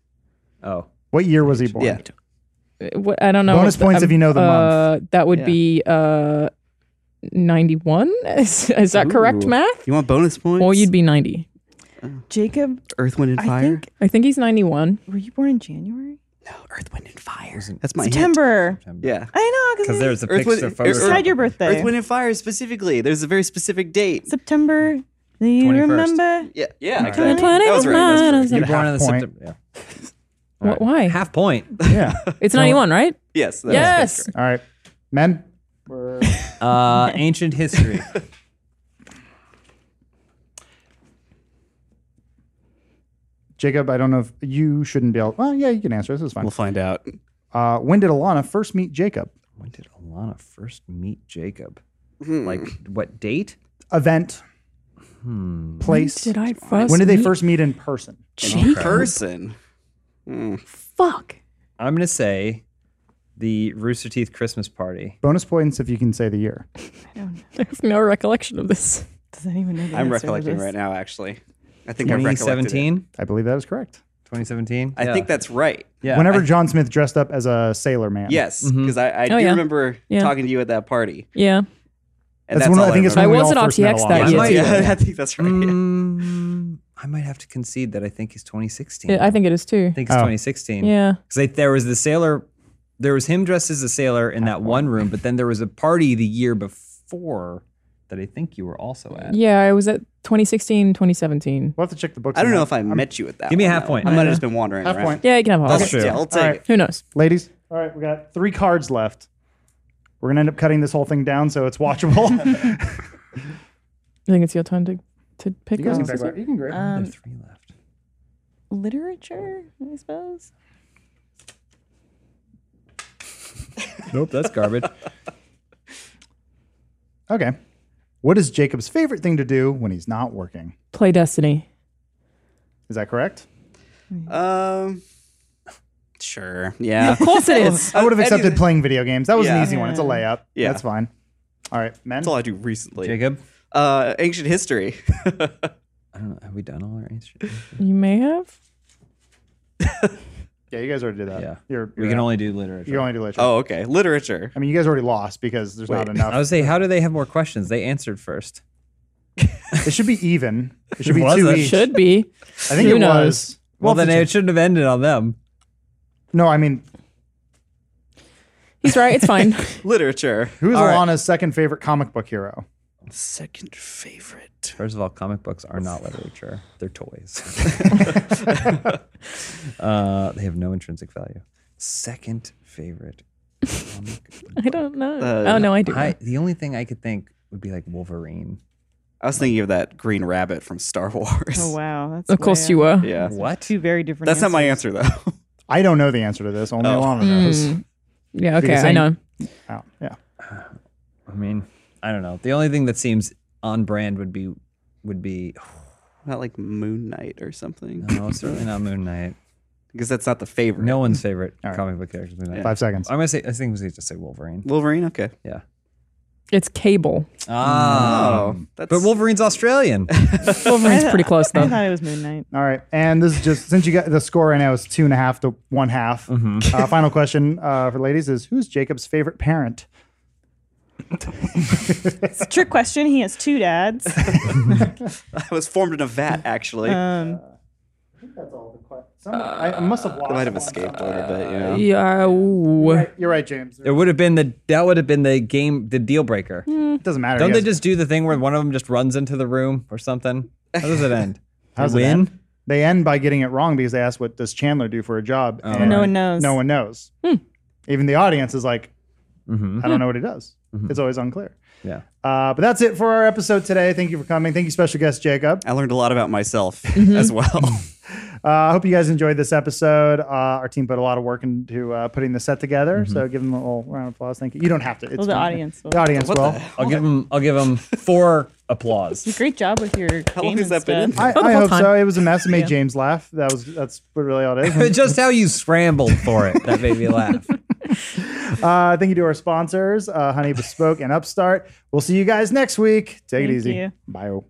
oh, What year was he born? Yeah. what- I don't know. Bonus points if you know the Uh, that would Yeah. be uh, 91. Is, is that correct Ooh. math? You want bonus points? Or you'd be 90. Jacob, Earth, Wind, and I Fire. think, I think he's 91. were you born in January? No, Earth, Wind, and Fire. Wasn't- That's my hint. September. Yeah. I know, because there's a Earth, picture Wind- photo. Earth, beside your birthday. Earth, Wind, and Fire specifically. There's a very specific date. September. Do you 21st. remember? Yeah, yeah. Alright. exactly. That was right. That's right. Is You that- get half point. Yeah. Wha- Alright. Why? Half point. Yeah. It's 91, right? Yes. that was Yes. All right. Men? Uh, ancient history. Jacob, I don't know if you shouldn't be able. Well, yeah, you can answer. This is fine. We'll find out. Uh, when did Alana first meet Jacob? when did Alana first meet Jacob? Hmm. Like what date? Event, Hmm. place. Did I first? when did they meet first meet in person? Jacob? Person. Fuck. I'm gonna say the Rooster Teeth Christmas party. Bonus points if you can say the year. I have no recollection of this. Does anyone know the I'm answer to recollecting this? right now, actually. I think I'm recollecting. 2017. I believe that is correct. 2017. I think that's right. Yeah. Whenever I- John Smith dressed up as a sailor man. Yes, because I, I do Oh, yeah. remember Yeah. talking to you at that party. Yeah. And That's that's, when I all think it's I when we remember. was all at first met RTX Alana. that I year. might- yeah, I think that's right. Mm, I might have to concede that I think it's 2016. I think it is too. I think it's Oh. 2016. Yeah. Because there was the sailor, there was him dressed as a sailor in that one room, but then there was a party the year before that I think you were also at. Yeah, I was at 2016, 2017. We'll have to check the books. I don't on know that. if I met you at that. Give me one, a half though. point. Oh, I might have just been wandering Half around. point. Yeah, you can have a half. Okay, true. Yeah, I'll take All right. it. Who knows? Ladies, all right, we got three cards left. We're gonna end up cutting this whole thing down so it's watchable. You think it's your turn to, to pick guys can us? pick one. There are Um, three left. literature, I suppose. Nope, that's garbage. okay. What is Jacob's favorite thing to do when he's not working? Play Destiny. Is that correct? Um, sure. Yeah. Of course it is. Oh, I would have accepted anything. playing video games. That was an Yeah. easy one. It's a layup. Yeah. That's fine. All right, men. That's all I do recently. Jacob, Uh, ancient history. I don't know. Have we done all our ancient? You may have. Yeah, you guys already did that. Yeah. You're, We you're can out. only do literature. you can only do literature. oh, okay. Literature. I mean, you guys already lost because there's not Wait. enough. I would say, how do they have more questions? They answered first. It should be even. It should be Was two it? each. Should be. I think Who it knows? was. Well, then it's- it shouldn't have ended on them. no. I mean, He's right. It's fine. Literature. who's All right. Alana's second favorite comic book hero? Second favorite. First of all, comic books are not literature; they're toys. uh, they have no intrinsic value. Second favorite comic. I don't know. Uh, oh no, I do. I, the only thing I could think would be like Wolverine. I was thinking of that green rabbit from Star Wars. Oh wow, that's of course you were. Yeah. What? Two very different. That's not my answers. answer though. I don't know the answer to this. Only Oh. Alana Hmm. knows. Yeah. Because Okay, I I'm- know. Oh, yeah. I mean, I don't know. The only thing that seems on brand would be would be Not like Moon Knight or something. no, it's certainly not Moon Knight. Because that's not the favorite. No one's favorite All right. comic book character. is Moon Knight. Five seconds. I'm gonna say. I think we should just say Wolverine. Wolverine. Okay. Yeah. It's Cable. Ah. Oh, that's But Wolverine's Australian. Wolverine's I- pretty close I though. thought it was Moon Knight. All right. And this is just since you got the score right now is two and a half to one half. Mm-hmm. Uh, final question uh, for ladies is who's Jacob's favorite parent? It's a trick question. He has two dads. I was formed in a vat actually. Uh, Um, That's all the question. I, I must have lost. I Uh, might have escaped a little bit. You know. Yeah. ooh. You're right, James. It It would have been the that would have been the game the deal breaker. doesn't matter. Don't you they guys- just do the thing where one of them just runs into the room or something? How does it end? How's They it win? end? They end by getting it wrong because they ask, "What does Chandler do for a job?" Oh, And No one knows. Hmm. No one knows. Even the audience is like, Mhm. Mm-hmm. "I don't know what he does." It's always unclear. Yeah. Uh, but that's it for our episode today. Thank you for coming. Thank you, special guest Jacob. I learned a lot about myself as well. Uh, I hope you guys enjoyed this episode. Uh, our team put a lot of work into uh, putting the set together, so Mm-hmm. give them a little round of applause. Thank you. You don't have to. It's well, the fine. audience. will. The audience What will. the hell? I'll give him I'll give him four applause. Great job with your How long game has and that been? stuff. I, Oh, the I whole hope time. so. It was a mess. It made James laugh. That was that's what really all it is. Just how you scrambled for it that made me laugh. Uh, thank you to our sponsors, uh, Honey Bespoke and Upstart. We'll see you guys next week. Take Thank it easy. you. Bye.